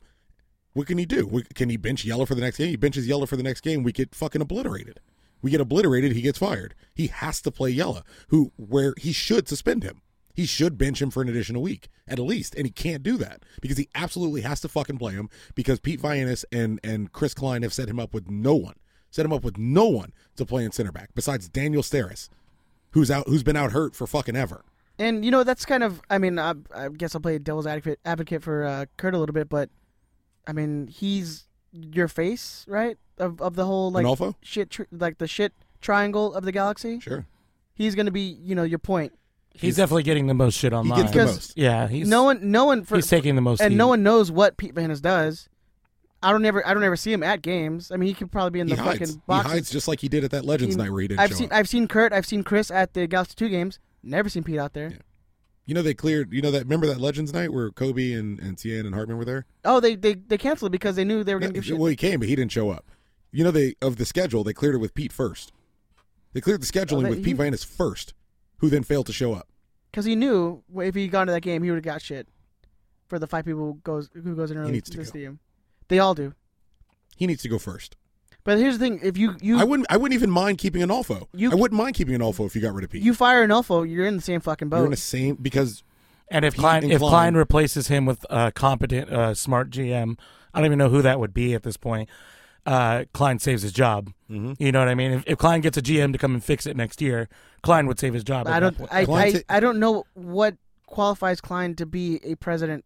F: What can he do? What- Can he bench Yellow for the next game? He benches Yellow for the next game. We get fucking obliterated. We get obliterated. He gets fired. He has to play Yellow, who where he should suspend him. He should bench him for an additional week at least, and he can't do that because he absolutely has to fucking play him because Pete Vianis and and Chris Klein have set him up with no one. Set him up with no one to play in center back besides Daniel Steris, who's out who's been out hurt for fucking ever.
E: And you know that's kind of I mean I, I guess I'll play devil's advocate advocate for uh, Kurt a little bit, but I mean he's your face right of of the whole like
F: Rodolfo?
E: shit tr- like the shit triangle of the galaxy.
F: Sure.
E: He's gonna be you know your point.
G: He's, definitely getting the most shit online.
E: gets the Because- most.
G: Yeah, he's
E: no one no one for,
G: he's taking the most
E: and no
G: heat.
E: one knows what Pete Vanis does. I don't ever I don't ever see him at games. I mean he could probably be in
F: He
E: the
F: hides.
E: fucking
F: He
E: boxes.
F: hides just like he did at that Legends
E: Seen-
F: night where he didn't
E: I've
F: show
E: seen
F: up.
E: I've seen Kurt, I've seen Chris at the Galaxy Two games. Never seen Pete out there.
F: You know they cleared. You know that. Remember that Legends night where Kobe and and Tian and Hartman were there.
E: Oh, they they they canceled it because they knew they were gonna give shit.
F: well, he came, but he didn't show up. You know they of the schedule they cleared it with Pete first. They cleared the scheduling
E: that-
F: with Pete
E: Oh, he-
F: Vanis first, who then failed to show up.
E: Because he knew wh- if he'd gone to that game, he would have got shit for the five people who goes who goes in early
F: needs to
E: the
F: go.
E: stadium. They all do.
F: He needs to go first.
E: But here's the thing: if you you
F: I wouldn't. I wouldn't even mind keeping Anolfo.
E: You-
F: I wouldn't mind keeping Anolfo if you got rid of Pete.
E: you fire an Elfo, you're in the same fucking
F: You're in
E: boat.
F: the same because
G: And if
F: Pete
G: Klein,
F: and
G: if
F: Klein-
G: Klein replaces him with a competent, uh, smart GM, I don't even know who that would be at this point. Uh, Klein saves his job.
F: Mm-hmm.
G: You know what I mean? If, if Klein gets a GM to come and fix it next year, Klein would save his job.
E: But
G: at
E: I
G: that
E: don't
G: point.
E: I,
F: Klein's
E: I,
F: it-
E: I don't know what qualifies Klein to be a president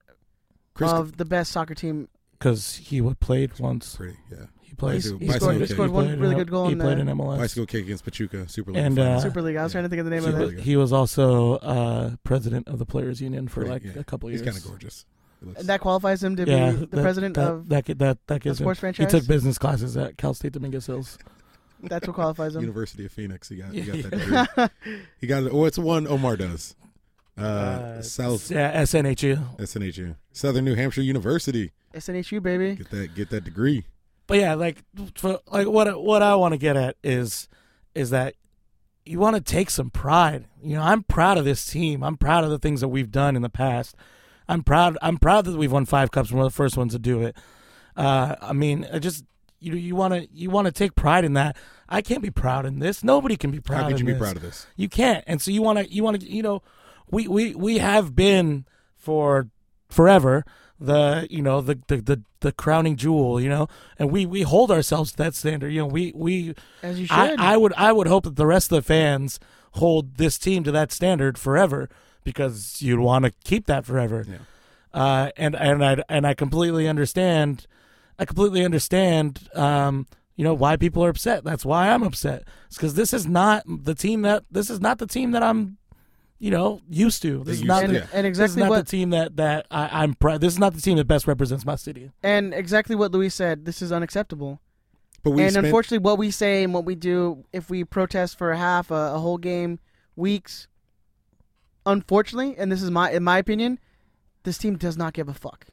F: Chris-
E: of the best soccer team.
G: because he w- played once.
F: pretty yeah.
G: He played.
E: He's-
F: Bicycle-
E: he scored,
F: bicycle
E: he
F: kick.
E: scored one
G: played
E: really
G: in-
E: good goal
G: He
E: in
G: played in
E: the
G: MLS.
F: bicycle kick against Pachuca Super League
G: And,
F: Finals.
G: uh,
E: Super League. I was trying to think of the name
F: Super
E: of
F: League.
E: it.
G: He was also uh, president of the players' union for
F: Pretty,
G: like
F: yeah.
G: a couple
F: He's
G: years.
F: kind of gorgeous. He looks-
E: And that qualifies him to
G: yeah,
E: be the
G: that-
E: president
G: that,
E: of.
G: that. gi- That that gives him-
E: sports franchise?
G: He took business classes at Cal State Dominguez Hills.
E: That's what qualifies him.
F: University of Phoenix. He got, he got that
G: [laughs]
E: [laughs]
F: degree. he got it. What's one Omar does? Uh, South
G: yeah, SNHU.
F: SNHU, Southern New Hampshire University.
E: SNHU baby.
F: Get that, get that degree.
G: But yeah, like for, like what what I want to get at is is that you want to take some pride. You know, I'm proud of this team. I'm proud of the things that we've done in the past. I'm proud. I'm proud that we've won five cups. and We're the first ones to do it. Uh, I mean, I just you you want to you want to take pride in that. I can't be proud in this. Nobody can be proud.
F: could
G: in
F: you be
G: this.
F: proud of this?
G: You can't. And so you want to you want to you know, we we we have been for forever the you know the the the, the crowning jewel you know and we we hold ourselves to that standard you know we we
E: As you
G: I,
E: should.
G: I would i would hope that the rest of the fans hold this team to that standard forever because you'd want to keep that forever uh and and i and i completely understand i completely understand um you know why people are upset that's why i'm upset it's because this is not the team that this is not the team that i'm you know used to this is
F: used
G: not
F: to,
G: the,
F: yeah.
E: And
G: this is
E: exactly
G: not
E: what
G: the team that that I, I'm. Pr- this is not the team that best represents my city.
E: and exactly what Louis said. This is unacceptable.
F: But we
E: and
F: spent,
E: unfortunately, what we say and what we do, if we protest for a half, a, a whole game, weeks, unfortunately, and this is my in my opinion, this team does not give a fuck,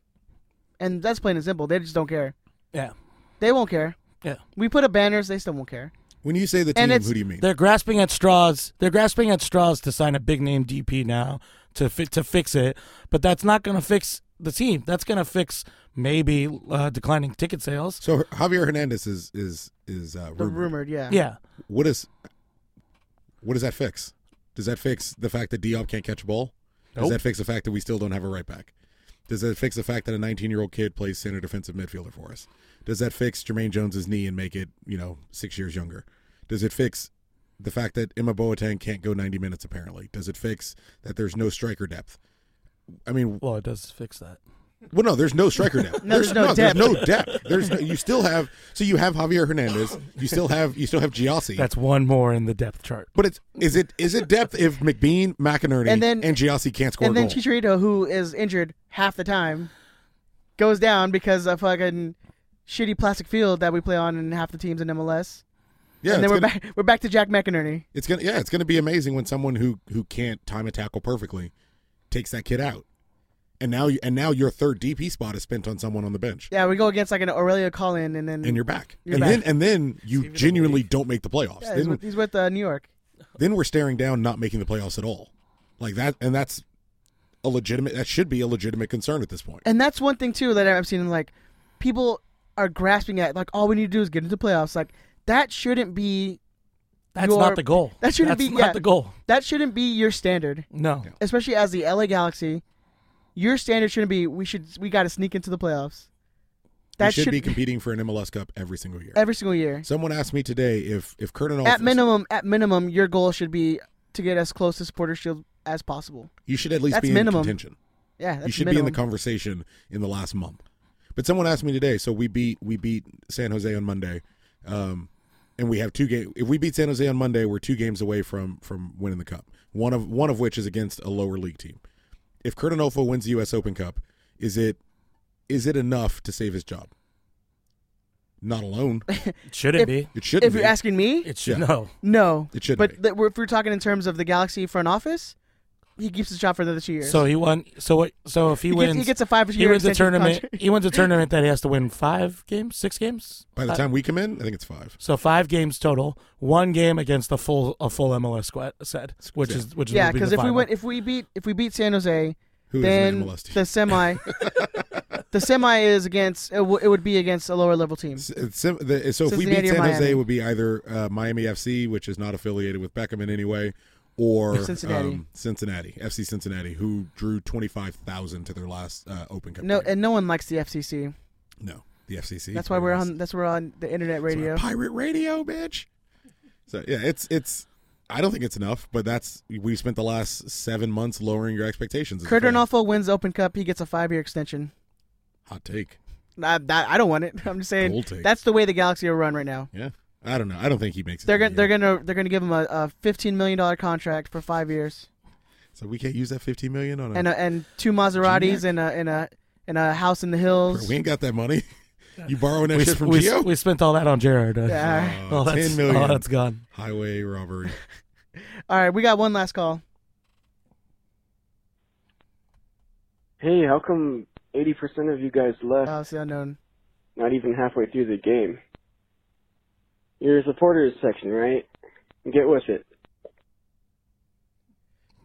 E: and that's plain and simple. They just don't care.
G: Yeah,
E: They won't care.
G: yeah.
E: We put up banners, they still won't care.
F: when you say the
E: and
F: team,
E: it's-
F: who do you mean?
G: They're grasping at straws. They're grasping at straws to sign a big name DP now to fi- to fix it. But that's not going to fix the team. That's going to fix maybe uh, declining ticket sales.
F: So Javier Hernandez is is is uh,
E: The
F: rumored.
E: rumored, yeah.
G: Yeah,
F: What is what does that fix? Does that fix the fact that Diop can't catch a ball? Does
G: Nope.
F: that fix the fact that we still don't have a right back? Does that fix the fact that a 19 year old kid plays center defensive midfielder for us? Does that fix Jermaine Jones's knee and make it you know six years younger? Does it fix the fact that Emma Boateng can't go 90 minutes apparently? Does it fix that there's no striker depth? I mean,
G: well, it does fix that.
F: Well, no, there's no striker
E: [laughs]
F: depth.
E: No, there's no depth.
F: There's no depth. There's no, you still have so you have Javier Hernandez. You still have you still have Giassi.
G: That's one more in the depth chart.
F: but it's is it is it depth if McBean, McInerney,
E: And
F: and,
E: then-
F: Giassi can't score
E: And
F: a
E: then
F: goal.
E: Chicharito, who is injured half the time, goes down because of fucking shitty plastic field that we play on in half the teams in MLS.
F: yeah,
E: and then
F: it's
E: we're
F: gonna,
E: back we're back to Jack McInerney.
F: it's gonna yeah, it's gonna be amazing when someone who who can't time a tackle perfectly takes that kid out, and now you and now your third DP spot is spent on someone on the bench,
E: Yeah, we go against like an Aurelio call in and then
F: and you're back,
E: You're
F: and
E: back.
F: then and then you genuinely don't make the playoffs.
E: Yeah, he's
F: then,
E: with, he's with uh, New York.
F: then we're staring down not making the playoffs at all, like that, and that's. A legitimate that should be a legitimate concern at this point.
E: And that's one thing too that I've seen like people are grasping at like all we need to do is get into playoffs. Like that shouldn't be
G: That's
E: your-
G: not the goal.
E: That shouldn't
G: That's
E: be
G: not
E: yeah,
G: the goal.
E: That shouldn't be your standard,
G: No.
E: especially as the LA Galaxy. Your standard shouldn't be we should we got to sneak into the playoffs.
F: We
E: That
F: should, be competing for an MLS Cup every single year.
E: every single year.
F: Someone asked me today if if Kurt Anolfo
E: At minimum, at minimum, your goal should be to get as close to Supporters Shield as possible.
F: You should at least
E: That's
F: be
E: minimum.
F: in contention.
E: Yeah, that's
F: you should be in
E: minimum.
F: the conversation in the last month. But someone asked me today, so we beat we beat San Jose on Monday, um, and we have two games. If we beat San Jose on Monday, we're two games away from from winning the cup. One of one of which is against a lower league team. If Kurtanova wins the U.S. Open Cup, is it is it enough to save his job? Not alone.
G: Should it be?
F: It shouldn't.
E: if you're
F: be.
E: asking me,
G: It should- no.
E: no,
F: It shouldn't
E: But th- if we're talking in terms of the Galaxy front office, he keeps his job for another two years.
G: So he won. So what? So if he,
E: He gets-
G: wins,
E: he gets a five-year
G: He wins a
E: extension
G: tournament.
E: contract.
G: He wins
E: [laughs]
G: a tournament that he has to win five games, six games. Uh,
F: By the
G: Five-
F: time we come in, I think it's five.
G: So five games total. One game against a full a full MLS squad set, which is which is
E: yeah,
G: because
E: because if we went, if we beat, if we beat San Jose,
F: Who is an
E: then
F: MLS team.
E: the
F: [laughs]
E: semi, the semi is against. It, w- it would be against a lower level team.
F: It's sim- the, so if we beat
E: Cincinnati or
F: San Jose,
E: Miami.
F: it would be either uh, Miami FC, which is not affiliated with Beckham in any way, or
E: Or Cincinnati.
F: um, Cincinnati FC Cincinnati, who drew twenty five thousand to their last uh, Open Cup.
E: No,
F: game.
E: and no one likes the FCC.
F: no, the FCC.
E: That's why we're on. That's why we're on the internet radio.
F: pirate radio, bitch. So yeah, it's it's. I don't think it's enough, but that's we've spent the last seven months lowering your expectations. as a fan.
E: Kurdanofo wins Open Cup. He gets a five-year extension.
F: hot take.
E: I, that, I don't want it. [laughs] I'm just saying
F: Bold take.
E: that's the way the Galaxy are run right now.
F: Yeah, I don't know. I don't think he makes it.
E: They're
F: in
E: gonna they're
F: the year.
E: gonna they're gonna give him a, a fifteen million dollar contract for five years,
F: So we can't use that fifteen million on a,
E: and a, and two Maseratis and a and a and a house in the
F: Bro,
E: hills.
F: we ain't got
G: [laughs]
F: that money. You borrowing Oh, that
G: we,
F: shit from
G: we,
F: Geo?
G: we spent all that on Jared. Uh,
E: Yeah.
G: all that's,
F: Ten million.
G: all that's gone.
F: Highway robbery.
E: All right, we got one last call.
L: Hey, how come 80% of you guys left
E: Oh, it's the unknown.
L: not even halfway through the game? Your supporters section, right? Get with it.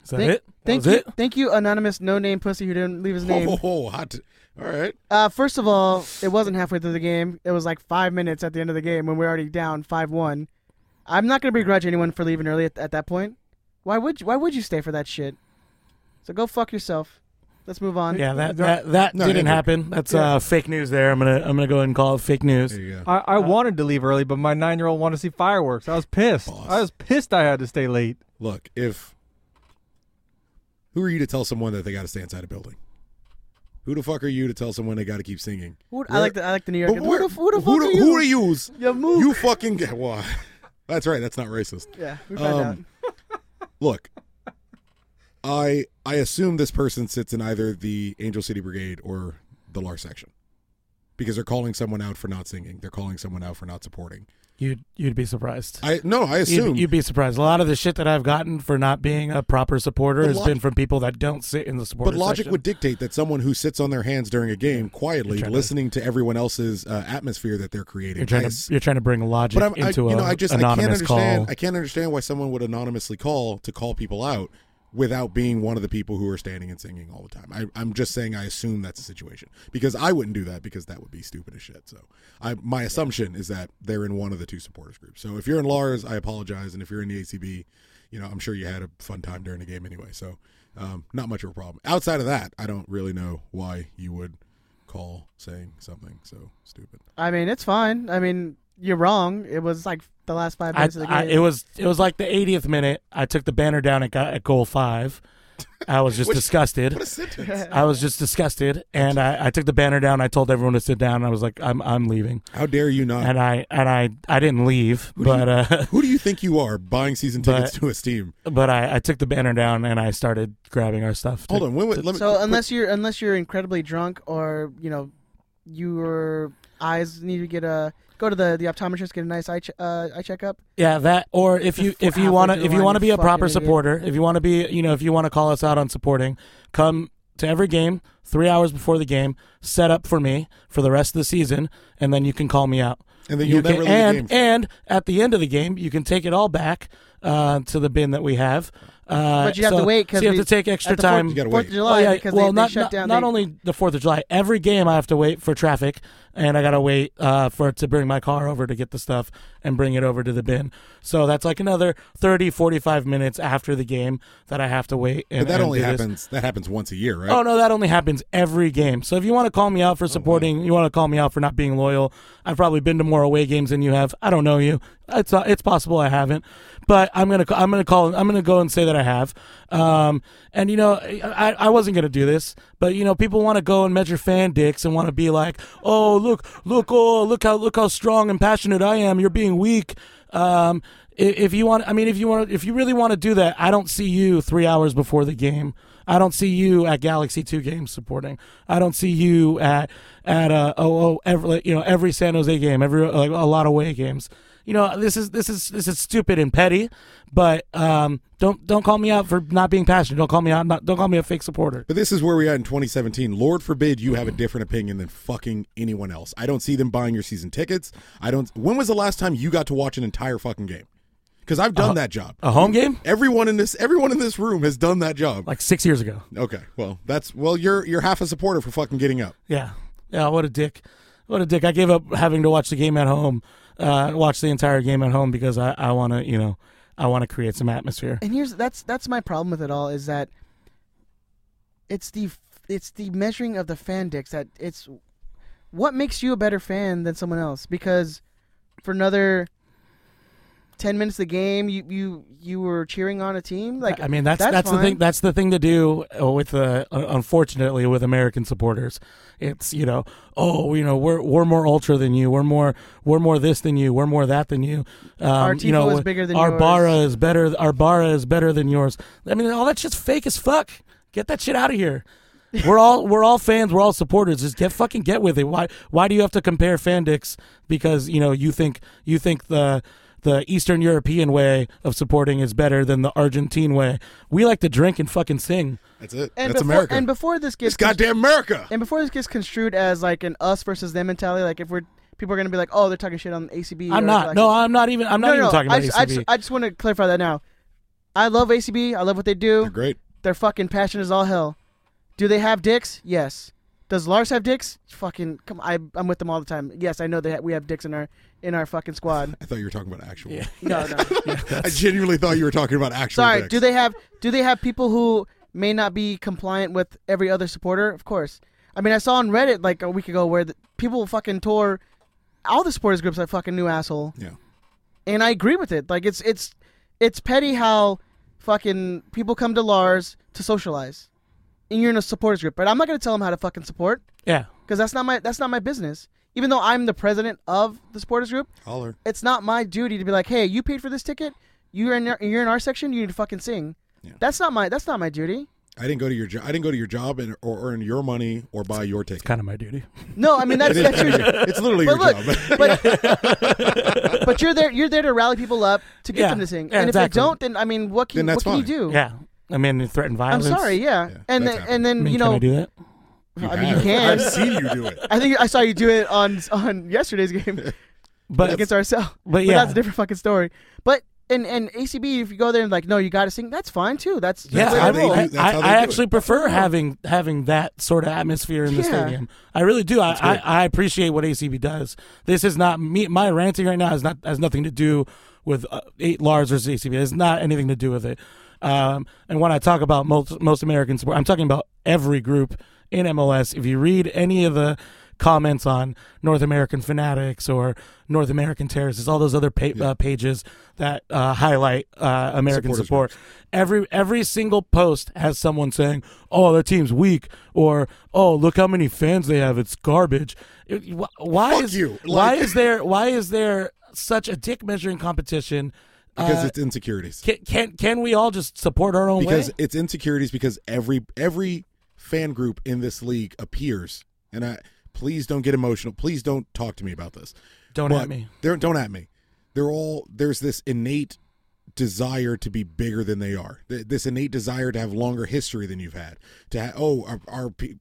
G: Is that
E: Thank-
G: it? That
E: Thank
G: was
E: you,
G: it?
E: thank you, anonymous no name pussy who didn't leave his name.
F: Oh, hot. t- All right.
E: Uh, first of all, it wasn't halfway through the game. It was like five minutes at the end of the game when we're already down five one. I'm not gonna begrudge anyone for leaving early at, at that point. Why would you, why would you stay for that shit? So go fuck yourself. Let's move on.
G: Yeah, that that, that
F: No,
G: didn't
F: Andrew.
G: happen. That's
E: Yeah.
G: uh, fake news. There, I'm gonna I'm gonna go ahead and call it fake news.
F: There you go.
J: I, I wanted to leave early, but my nine year old wanted to see fireworks. I was pissed.
F: Boss.
J: I was pissed I had to stay late.
F: Look, if who are you to tell someone that they got to stay inside a building? Who the fuck are you to tell someone they got to keep singing?
E: Who- I
F: Where-
E: like the I like the New York.
F: But
E: Who
F: where-
E: the, who the fuck
F: who
E: are
F: do-
E: you?
F: Who are yous?
E: Yeah, move.
F: You fucking get why? [laughs] That's right. That's not racist.
E: Yeah, we found out.
F: Um, [laughs] Look, I I assume this person sits in either the Angel City Brigade or the LAR section because they're calling someone out for not singing. They're calling someone out for not supporting.
G: You'd you'd be surprised.
F: I no, I assume
G: You'd, you'd be surprised. A lot of the shit that I've gotten for not being a proper supporter
F: But
G: has
F: log-
G: been from people that don't sit in the supporter.
F: But logic
G: section.
F: would dictate that someone who sits on their hands during a game quietly,
G: trying to-
F: listening to everyone else's uh, atmosphere that they're creating.
G: You're trying
F: I
G: to you're trying to bring logic
F: but I'm, I,
G: into
F: you
G: a
F: know, I just I can't
G: anonymous
F: understand.
G: call.
F: I can't understand why someone would anonymously call to call people out without being one of the people who are standing and singing all the time. I, I'm just saying I assume that's the situation because I wouldn't do that because that would be stupid as shit. So I, my assumption is that they're in one of the two supporters groups. So if you're in Lars, I apologize, and if you're in the ACB, you know I'm sure you had a fun time during the game anyway. So um, not much of a problem. Outside of that, I don't really know why you would call saying something so stupid.
E: I mean, it's fine. I mean, you're wrong. It was like the last five minutes of the
G: I, I,
E: game.
G: it was it was like the 80th minute. I took the banner down at, go- at goal five. I was just
F: Which-
G: disgusted.
F: What a sentence.
G: I was just disgusted, and I, I took the banner down. I told everyone to sit down. I was like, I'm I'm leaving,
F: How dare you not?
G: and I and I I didn't leave,
F: do
G: but uh,
F: [laughs] Who do you think you are buying season tickets
G: But-
F: to his team?
G: but I, I took the banner down and I started grabbing our stuff. to-
F: Hold on, when would, let me.
E: so unless you're unless you're incredibly drunk or you know your eyes need to get a go to the the optometrist get a nice eye ch- uh, eye checkup.
G: Yeah, that or if
E: The
G: you
E: four-
G: if you
E: halfway
G: want to
E: through the
G: if you
E: line,
G: want to
E: you
G: be a
E: fucking
G: proper
E: idiot.
G: supporter, if you want to be you know if you want to call us out on supporting, come to every game three hours before the game, set up for me for the rest of the season, and then you can call me out.
F: And then
G: you
F: you'll never leave the
G: and
F: game.
G: and at the end of the game, you can take it all back uh, to the bin that we have. Uh,
E: But you have
G: so-
E: to wait because
G: so you have to take extra time.
F: You gotta
E: Fourth
F: wait.
E: of July
G: Oh, yeah,
E: because
G: well,
E: they,
G: not,
E: they shut
G: not,
E: down.
G: not
E: they-
G: only the Fourth of July. Every game, I have to wait for traffic, and I gotta wait uh, for it to bring my car over to get the stuff and bring it over to the bin. So that's like another 30, 45 minutes after the game that I have to wait. And,
F: but that
G: and
F: only
G: do this.
F: happens. That happens once a year, right?
G: Oh no, that only happens every game. So if you want to call me out for supporting, you want to call me out for not being loyal. I've probably been to more away games than you have. I don't know you. It's uh, it's possible I haven't, but I'm gonna I'm gonna call I'm gonna go and say that I have. Um, and you know I, I wasn't gonna do this, but you know people want to go and measure fan dicks and want to be like, oh look look oh look how look how strong and passionate I am. You're being weak. Um, i- if you want, I mean, if you want, if you really want to do that, I don't see you three hours before the game. I don't see you at Galaxy Two games supporting. I don't see you at at uh, oh oh every like, you know every San Jose game, every like a lot of away games. You know this is this is this is stupid and petty, but um, don't don't call me out for not being passionate. Don't call me out. Not, don't call me a fake supporter.
F: But this is where we are in 2017. Lord forbid you have a different opinion than fucking anyone else. I don't see them buying your season tickets. I don't. When was the last time you got to watch an entire fucking game? Because I've done that job.
G: a home game?
F: Everyone in this everyone in this room has done that job.
G: Like six years ago.
F: Okay. Well, that's well. You're you're half a supporter for fucking getting up.
G: Yeah. Yeah, what a dick. What a dick. I gave up having to watch the game at home, uh, watch the entire game at home because I, I want to, you know, I want to create some atmosphere.
E: And here's that's that's my problem with it all is that it's the it's the measuring of the fan dicks that it's what makes you a better fan than someone else because for another 10 minutes of the game you you you were cheering on a team like
G: I mean, that's that's, the
E: fine.
G: thing. That's the thing to do uh, with uh, un- unfortunately with American supporters. It's you know, oh, you know, we're we're more ultra than you. We're more we're more this than you. We're more that than you. Um,
E: Our
G: you know,
E: tifo is bigger than
G: our
E: yours.
G: barra is better. Our barra is better than yours. I mean, all that shit's fake as fuck. Get that shit out of here. We're all [laughs] we're all fans. We're all supporters. Just get fucking get with it. Why why do you have to compare fandics because you know you think you think the the Eastern European way of supporting is better than the Argentine way. We like to drink and fucking sing.
F: That's it.
E: and before, And before this gets
F: goddamn America.
E: And before this gets construed as like an us versus them mentality, like if we're people are gonna be like, oh, they're talking shit on ACB.
G: I'm
E: or
G: not.
E: like-
G: No, I'm not even- I'm not
E: No,
G: even
E: no,
G: talking
E: I
G: about
E: just, I
G: ACB.
E: just, I just want to clarify that now. I love ACB. I love what they do. They're
F: great.
E: Their fucking passion is all hell. Do they have dicks? Yes. Does Lars have dicks? Fucking come! I, I'm with them all the time. Yes, I know that we have dicks in our in our fucking
G: [laughs]
E: squad.
F: I thought you were talking about actual. [laughs]
E: No, no.
F: I genuinely thought you were talking about actual.
E: Sorry.
F: dicks.
E: Do they have do they have people who may not be compliant with every other supporter? Of course. I mean, I saw on Reddit like a week ago where the, people fucking tore all the supporters groups. I fucking new asshole.
F: Yeah.
E: And I agree with it. Like it's it's it's petty how fucking people come to Lars to socialize, and you're in a supporters group. But I'm not gonna tell them how to fucking support
G: Yeah.
E: because that's not my that's not my business. Even though I'm the president of the supporters group,
F: Holler.
E: it's not my duty to be like, hey, you paid for this ticket. You're in our- you're in our section. You need to fucking sing. That's not my that's not my duty.
F: I didn't go to your job. I didn't go to your job and or earn your money or buy your ticket. It's
G: kind of my duty. [laughs]
E: No,
F: [laughs]
E: I mean that's that's your,
F: It's literally
E: but
F: your
E: look, [laughs]
F: job.
E: But,
F: [laughs]
E: but you're there you're there to rally people up to get
G: Yeah.
E: them to sing.
G: Yeah,
E: and if
G: exactly.
E: they don't, then I mean, what can what can you do?
G: Yeah. I mean, it threatened
E: I'm
G: violence.
E: sorry. Yeah, and then, and then
G: I mean,
E: you know.
G: can I do that?
E: I mean, you can.
F: I've seen you do it.
E: I think I saw you do it on on yesterday's
F: [laughs]
E: game,
G: But-
E: against ourselves.
G: [laughs] but yeah.
E: that's a different fucking story. But and and ACB, if you go there and like, no, you got to sing. That's fine too. That's
G: Yeah,
E: that's
G: I,
E: the way it
G: I,
E: rolls.
G: I, I actually
E: Oh,
G: prefer having having that sort of atmosphere in the
E: Yeah.
G: stadium. I really do. I, I, I appreciate what ACB does. This is not me. My ranting right now is not has nothing to do with uh, eight Lars versus ACB. It's not anything to do with it. Um, and when I talk about most most American sport, I'm talking about every group in MLS. If you read any of the comments on North American fanatics or North American terrorists, all those other pa- uh, pages that uh, highlight uh, American
F: Supporters
G: support. Every every single post has someone saying, "Oh, their team's weak," or "Oh, look how many fans they have. It's garbage." It- wh- Why
F: Fuck
G: is
F: you.
G: why
F: Like-
G: is there why is there such a dick measuring competition?
F: because
G: Uh,
F: it's insecurities.
G: can, can can we all just support our own
F: because
G: way?
F: it's insecurities because every every fan group in this league appears and i please don't get emotional please don't talk to me about this
G: Don't at me.
F: they're, don't at me they're all there's this innate desire to be bigger than they are Th- this innate desire to have longer history than you've had to ha- oh our, our pe-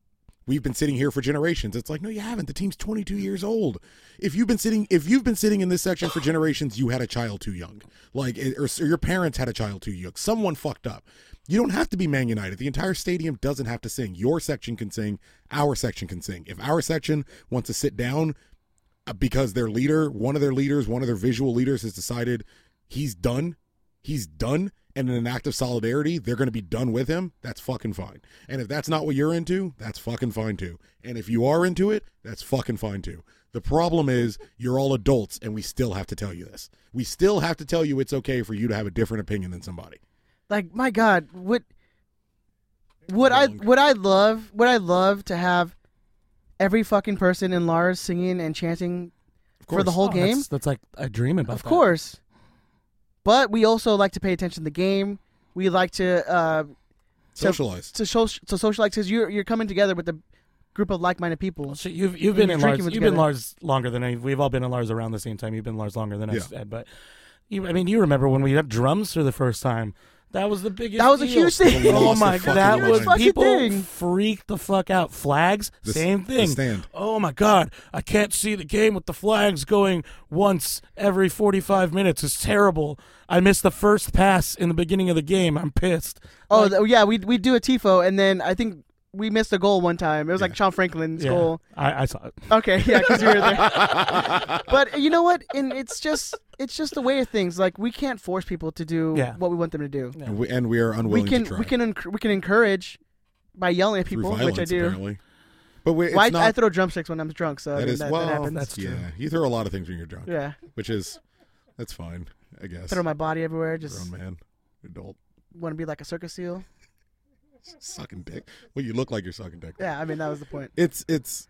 F: we've been sitting here for generations it's like no you haven't the team's 22 years old if you've been sitting if you've been sitting in this section for generations you had a child too young like it- or, or your parents had a child too young someone fucked up you don't have to be man united the entire stadium doesn't have to sing your section can sing our section can sing if our section wants to sit down uh, because their leader, one of their leaders, one of their visual leaders has decided he's done. he's done, and in an act of solidarity, they're going to be done with him, that's fucking fine. And if that's not what you're into, that's fucking fine too. And if you are into it, that's fucking fine too. The problem is you're all adults, and we still have to tell you this. We still have to tell you it's okay for you to have a different opinion than somebody.
E: like my god would would i would i love would i love to have every fucking person in lars singing and chanting for the whole
G: Oh,
E: game
G: That's, that's like I dream about.
E: of
G: that.
E: course but we also like to pay attention to the game we like to uh to-
G: Socialize.
E: to, soci- to socialize because you're you're coming together with a group of like-minded people so
G: you've You've been in Lars. You've been Lars longer than I. We've all been in Lars around the same time. You've been Lars longer than us, Ed. But you, I mean, you remember when we had drums for the first time? That was the biggest.
E: That was a
G: deal.
E: huge thing.
G: [laughs] Oh
E: [laughs] Lost the
G: my
E: fucking
G: god, that
E: line.
G: was
E: Huge fucking
G: people
E: thing.
G: freaked the fuck out. Flags,
F: The s-
G: same
F: the
G: thing.
F: stand.
G: Oh my god, I can't see the game with the flags going once every forty-five minutes. It's terrible. I missed the first pass in the beginning of the game. I'm pissed.
E: oh th- yeah we we do a tifo and then i think we missed a goal one time it was like sean franklin's
G: Yeah,
E: goal
G: I, I saw it.
E: Okay, yeah, because you were there. but you know what? And it's just it's just the way of things. Like we can't force people to do
F: Yeah.
E: what we want them to do.
F: And, we, and we are
E: We
F: unwilling
E: can
F: to try.
E: we can enc- we can encourage by yelling at
F: through
E: people,
F: violence,
E: which I do.
F: apparently. But we, it's
E: Well, I,
F: not,
E: I throw drumsticks when I'm drunk, so I
F: that
E: mean,
F: is
E: that,
F: well,
E: that happens.
F: yeah. You throw a lot of things when you're drunk.
E: Yeah.
F: which is that's fine, I guess.
E: Throw my body everywhere. Just
F: grown man, adult,
E: want to be like a circus seal.
F: sucking dick. Well, you look like you're sucking dick.
E: Yeah, I mean that was the point.
F: It's it's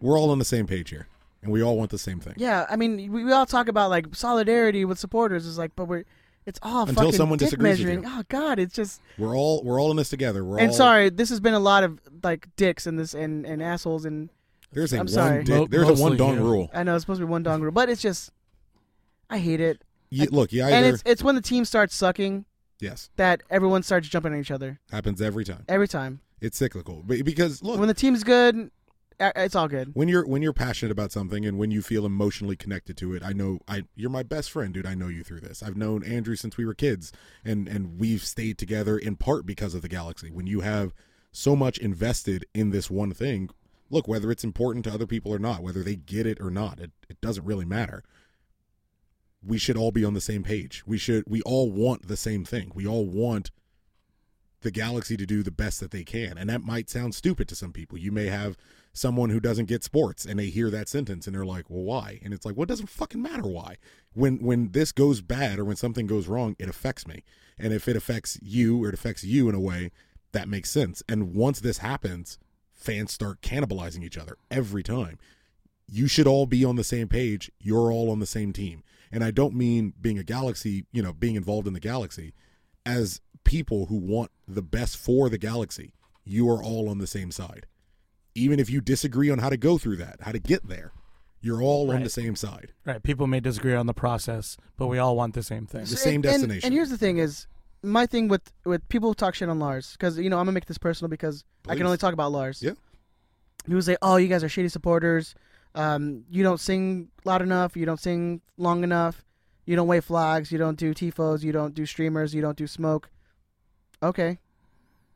F: we're all on the same page here, and we all want the same thing.
E: Yeah, I mean we, we all talk about like solidarity with supporters. It's like, but we're it's all
F: Until
E: fucking
F: someone
E: dick
F: disagrees with you.
E: measuring. Oh God, it's just.
F: We're all we're all in this together. We're
E: and
F: all
E: sorry, this has been a lot of like dicks and this and, and assholes and.
F: There's a
E: I'm
F: one
E: sorry.
F: dick- Mo- there's a one mostly dong you. rule.
E: I know it's supposed to be one dong rule, but it's just, I hate it.
F: You- look, you
E: and
F: either-
E: it's it's when the team starts sucking.
F: Yes.
E: That everyone starts jumping on each other
F: happens every time.
E: every time.
F: It's cyclical, but because look,
E: When the team's good, uh, it's all good.
F: when you're when you're passionate about something and when you feel emotionally connected to it i know i you're my best friend dude i know you through this i've known andrew since we were kids and and we've stayed together in part because of the galaxy when you have so much invested in this one thing look whether it's important to other people or not whether they get it or not it, it doesn't really matter we should all be on the same page we should we all want the same thing we all want the galaxy to do the best that they can. And that might sound stupid to some people. You may have someone who doesn't get sports and they hear that sentence and they're like, "Well, why?" And it's like, "Well, it doesn't fucking matter why. When when this goes bad or when something goes wrong, it affects me. And if it affects you or it affects you in a way, that makes sense. And once this happens, fans start cannibalizing each other every time you should all be on the same page. You're all on the same team. And I don't mean being a galaxy, you know, being involved in the galaxy. As people who want the best for the galaxy, you are all on the same side. Even if you disagree on how to go through that, how to get there, you're all on the same side.
G: Right. People may disagree on the process, but we all want the same thing.
E: So- and- and- And, here's the thing: is my thing with with people who talk shit on Lars because you know I'm gonna make this personal because I
G: Please.
E: can only talk about Lars.
F: Yeah.
E: People say, "Oh, you guys are shitty supporters. Um, you don't sing loud enough. You don't sing long enough. You don't wave flags. You don't do tifos. You don't do streamers. You don't do smoke." Okay.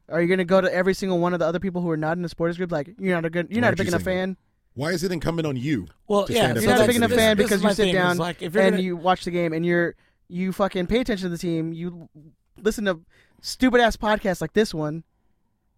E: Are you gonna go to every single one of the other people who are not in the supporters group? Like you're not a good, you're
F: Why
E: not a
F: aren't
E: big
F: you
E: enough
F: singing?
E: fan.
F: Why is it incumbent on you?
G: Well,
F: to
G: yeah,
F: stand up
G: so
E: You're
F: for
E: not a
F: the
E: big enough
F: citizens?
E: fan
G: this is
E: because
G: my
E: you sit
G: thing, is
E: down
G: like, if you're
E: and
G: gonna-
E: you watch the game and you're you fucking pay attention to the team. You listen to stupid ass podcasts like this one.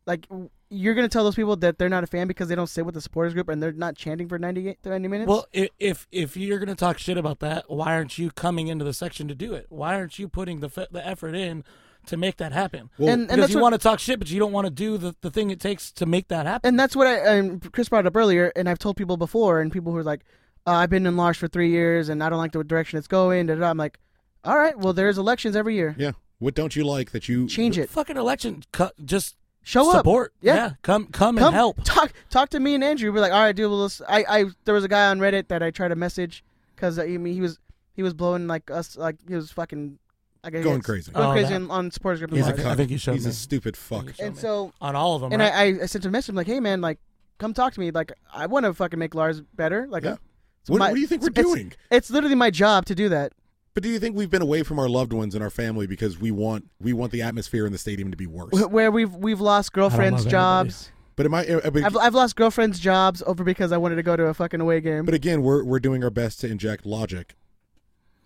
E: Like w- you're gonna tell those people that they're not a fan because they don't sit with the supporters group and they're not chanting for 90, ga- 90 minutes.
G: Well, i- if if you're gonna talk shit about that, why aren't you coming into the section to do it? Why aren't you putting the fe- the effort in to make that happen?
E: Well- And- and
G: because
E: that's
G: you
E: what-
G: want to talk shit, but you don't want to do the, the thing it takes to make that happen.
E: and that's what I um, Chris brought up earlier, and I've told people before, and people who are like, uh, "I've been in Lars for three years and I don't like the direction it's going." Da, da, da. I'm like, "All right, well, there's elections every year.
F: Yeah. What don't you like that you
E: Change it.
G: Fucking election, cu- just
E: show
G: support.
E: up, Yeah.
G: come come, and help.
E: Talk talk to me and Andrew. We're like, all right, dude. Well, let's- I I there was a guy on Reddit that I tried to message because I mean he was he was blowing like us like he was fucking like,
F: Going crazy.
E: going
F: Oh,
E: crazy
F: that-
E: on, on supporters group.
F: He's a
E: and all
F: cuck.
E: that.
G: I think you showed
F: He's
G: me.
F: a stupid fuck.
E: and so
G: on all of them,
E: And
G: right?
E: I, I I sent a message like, hey man, like come talk to me. Like I want to fucking make Lars better. Like uh,
F: Yeah.
E: it's
F: What- what do you think we're
E: it's-
F: doing?
E: It's literally my job to do that.
F: But do you think we've been away from our loved ones and our family because we want we want the atmosphere in the stadium to be worse?
E: Wh- Where we've we've lost girlfriends' jobs.
F: But am I? I mean,
E: I've, I've lost girlfriends' jobs over because I wanted to go to a fucking away game.
F: But again, we're we're doing our best to inject logic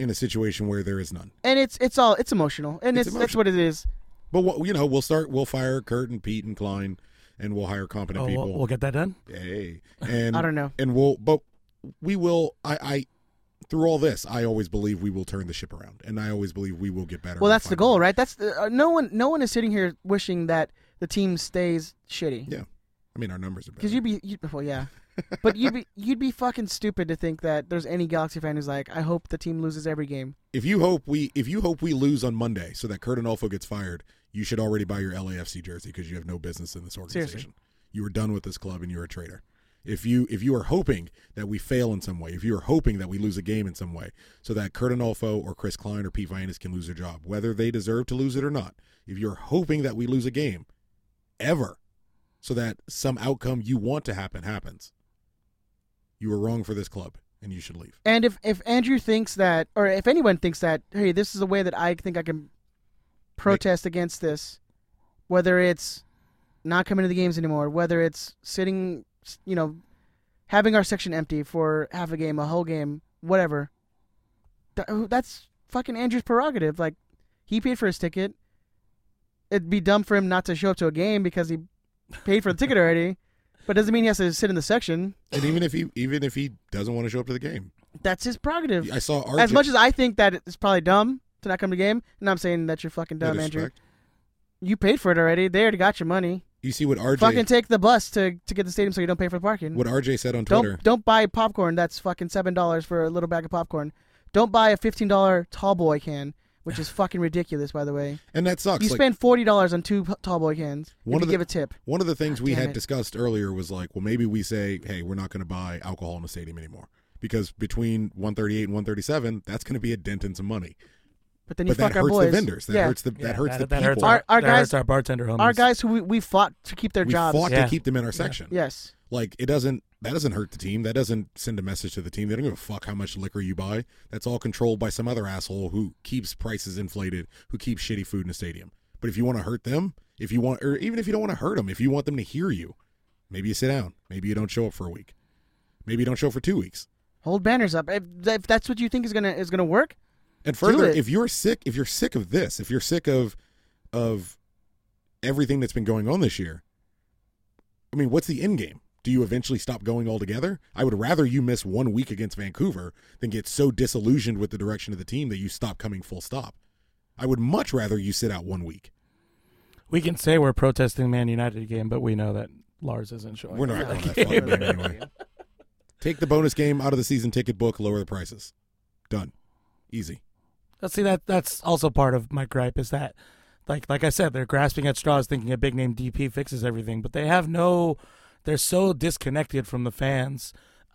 F: in a situation where there is none.
E: and it's it's all it's emotional, and it's, that's what it is.
F: But what, you know, we'll start. We'll fire Kurt and Pete and Klein, and we'll hire competent
G: Oh, we'll-
F: people.
G: we'll get that done?
F: Hey, and
G: I don't know.
F: And we'll, but we will. I, I through all this, I always believe we will turn the ship around, and I always believe we will get better.
E: Well, that's the goal, right? That's the, uh, no one no one is sitting here wishing that the team stays shitty.
F: Yeah, I mean our numbers are better.
E: Because you'd be, you'd, well, yeah, but you'd be, you'd be fucking stupid to think that there's any Galaxy fan who's like, I hope the team loses every game.
F: If you hope we, if you hope we lose on Monday, so that Kurt Anolfo gets fired, you should already buy your LAFC jersey because you have no business in this organization.
E: Seriously.
F: You are done with this club, and you're a traitor. If you if you are hoping that we fail in some way, if you are hoping that we lose a game in some way, so that Kurt Anolfo or Chris Klein or Pete Vianis can lose their job, whether they deserve to lose it or not, if you're hoping that we lose a game, ever, so that some outcome you want to happen happens, you are wrong for this club, and you should leave.
E: And if if Andrew thinks that, or if anyone thinks that, hey, this is a way that I think I can protest against this, whether it's not coming to the games anymore, whether it's sitting, you know, having our section empty for half a game, a whole game, whatever. Th- that's fucking Andrew's prerogative. Like, he paid for his ticket. It'd be dumb for him not to show up to a game because he paid for the ticket already, but doesn't mean he has to sit in the section.
F: And even if he even if he doesn't want to show up to the game,
E: That's his prerogative.
F: I saw RJ
E: As much as I think that it's probably dumb to not come to game, and I'm saying that you're fucking
F: No
E: dumb, Andrew.
F: disrespect.
E: You paid for it already. They already got your money.
F: You see what RJ
E: Fucking take the bus to, to get to the stadium so you don't pay for the parking.
F: what RJ said on
E: don't
F: Twitter.
E: don't buy popcorn. That's fucking seven dollars for a little bag of popcorn. Don't buy a fifteen dollar tall boy can, which
F: [sighs]
E: is fucking ridiculous, by the way.
F: And that sucks,
E: You
F: like-
E: spend forty dollars on two p- tall boy cans. One
F: of the,
E: give a tip.
F: One of the things
E: God
F: we
E: damn
F: had
E: it.
F: discussed earlier was like, well, maybe we say, hey, we're not going to buy alcohol in the stadium anymore because between 138 and 137, that's going to be a dent in some money.
E: But then you
F: that
E: fuck our
F: hurts
E: boys.
F: the vendors. That
E: Yeah.
F: hurts the that
E: Yeah, that-
F: hurts the
E: that
F: people.
E: hurts our- our That guys- hurts
G: our bartender homies.
E: Our guys who we, we fought to keep their
F: we
E: jobs.
F: fought to keep them in our section.
E: Yes.
F: Like it doesn't that doesn't hurt the team. That doesn't send a message to the team. They don't give a fuck how much liquor you buy. That's all controlled by some other asshole who keeps prices inflated, who keeps shitty food in the stadium. But if you want to hurt them, if you want or even if you don't want to hurt them, if you want them to hear you, maybe you sit down. Maybe you don't show up for a week. Maybe you don't show up for 2 weeks.
E: Hold banners up. If, if that's what you think is gonna is gonna work,
F: And
E: Do
F: further,
E: it.
F: if you're sick, if you're sick of this, if you're sick of of everything that's been going on this year, I mean, what's the end game? Do you eventually stop going altogether? I would rather you miss one week against Vancouver than get so disillusioned with the direction of the team that you stop coming full stop. I would much rather you sit out one week.
G: We can say we're protesting Man United game, but we know that Lars isn't showing.
F: We're not
G: up
F: [laughs] going
G: for
F: to that fucking
G: game.
F: game anyway. [laughs] Take the bonus game out of the season ticket book, lower the prices. Done. Easy.
G: Let's see that that's also part of my gripe is that like like I said, they're grasping at straws thinking a big name DP fixes everything, but they have no they're so disconnected from the fans.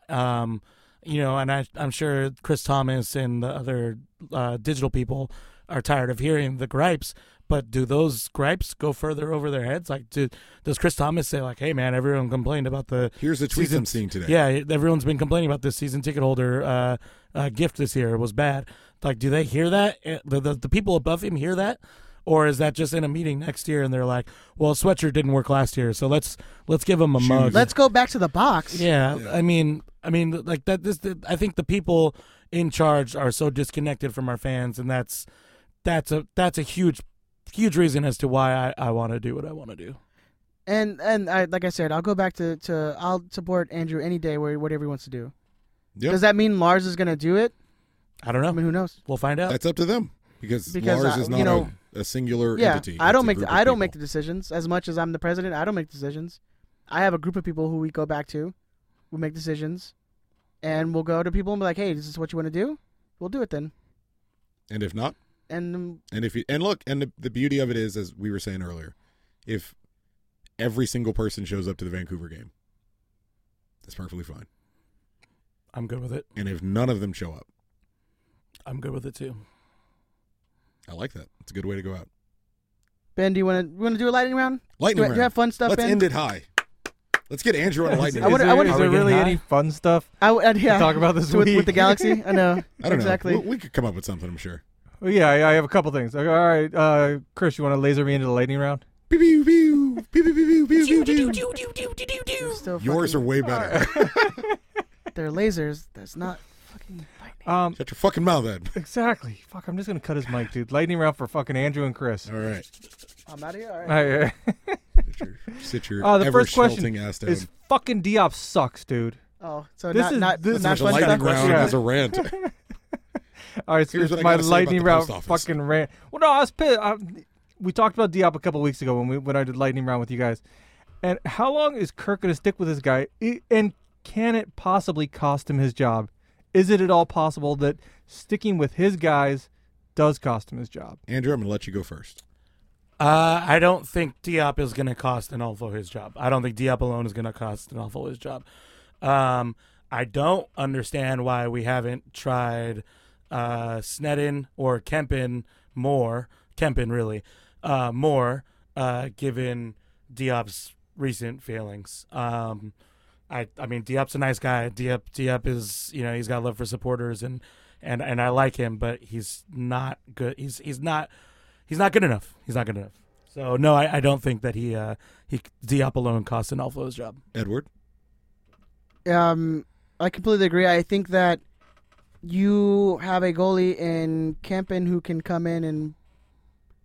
G: Um you know, and I, I'm sure Chris Thomas and the other uh, digital people are tired of hearing the gripes. But do those gripes go further over their heads? Like, do, does Chris Thomas say, like, "Hey, man, everyone complained about the
F: Here's a tweet
G: season-
F: I'm seeing today.
G: Yeah, everyone's been complaining about this season ticket holder uh, uh, gift this year. It was bad. Like, do they hear that? Uh, The, the, the people above him hear that? Or is that just in a meeting next year and they're like, well, sweatshirt didn't work last year, so let's let's give him a mug.
E: Let's go back to the box.
G: Yeah, I mean, I mean, like that. This, th I think the people in charge are so disconnected from our fans, and that's that's a that's a huge, huge reason as to why I, I want to do what I want to do.
E: And and I, like I said, I'll go back to, to I'll support Andrew any day where whatever he wants to do.
F: Yep.
E: Does that mean Lars is gonna do it?
G: I don't know. I
E: mean, who knows?
G: We'll find out.
F: That's up to them because,
E: Because,
F: Lars
E: uh,
F: is
E: you
F: not
E: know-
F: a, a singular
E: yeah,
F: entity.
E: I
F: It's
E: don't
F: a
E: make
F: group
E: the,
F: of
E: I don't
F: people.
E: make the decisions. As much as I'm the president, I don't make decisions. I have a group of people who we go back to. We make decisions, and we'll go to people and be like, "Hey, this is what you want to do. We'll do it then."
F: And if not,
E: And um,
F: and if you and look, and the, the beauty of it is, as we were saying earlier, if every single person shows up to the Vancouver game, that's perfectly fine.
G: I'm good with it.
F: And if none of them show up,
G: I'm good with it too.
F: I like that. It's a good way to go out.
E: Ben, do you want to want to do a lightning round?
F: Lightning
E: do, I-
F: round.
E: Do you have fun stuff,
F: Let's
E: Ben?
F: end it high. Let's get
E: [laughs]
F: Andrew on a lightning.
J: I
F: round.
J: wonder, is there, is there really any fun stuff
E: I, would- I'd- yeah.
J: to talk about this
E: So with,
J: week?
E: with the galaxy. I know.
F: [laughs] I don't
E: exactly.
F: know. We, we could come up with something. I'm sure.
J: Well, yeah, I, I have a couple things. Okay, all right, uh, Chris, you want to laser me into the lightning round?
F: Pew, pew, pew. Pew, pew, pew, pew, pew, pew, pew.
E: Still [laughs]
F: Yours are way better.
E: They're lasers. That's not fucking.
J: Um,
F: Shut your fucking mouth, Ed.
J: [laughs] Exactly. Fuck, I'm just gonna cut his mic, dude. Lightning round for fucking Andrew and Chris. All
F: right.
E: I'm out of here. All
J: right.
F: sit your
J: uh, the first question
F: ever-smelting ass down.
J: is fucking Diop sucks, dude.
E: Oh, so not- not-
F: That's not as much fun lightning stuff? round
J: Yeah.
F: as a rant.
J: All right, so
F: Here's
J: here's,
F: what I
J: my
F: gotta say about
J: lightning
F: the
J: round
F: post office.
J: fucking rant. Well, no, I was pissed. I, we talked about Diop a couple weeks ago when we when I did lightning round with you guys. And how long is Kirk going to stick with this guy? I- And can it possibly cost him his job? Is it at all possible that sticking with his guys does cost him his job?
F: Andrew, I'm going to let you go first.
G: Uh, I don't think Diop is going to cost Anolfo his job. I don't think Diop alone is going to cost Anolfo his job. Um, I don't understand why we haven't tried uh, Snedden or Kempin more. Kempin, really, uh, more, uh, given Diop's recent failings. Um, I, I mean, Diop's a nice guy. Diop, Diop is, you know, he's got love for supporters, and and and I like him, but he's not good. He's he's not he's not good enough. He's not good enough. So no, I, I don't think that he uh he Diop alone costs Anolfo's job.
F: Edward,
E: Um, I completely agree. I think that you have a goalie in Kempen who can come in and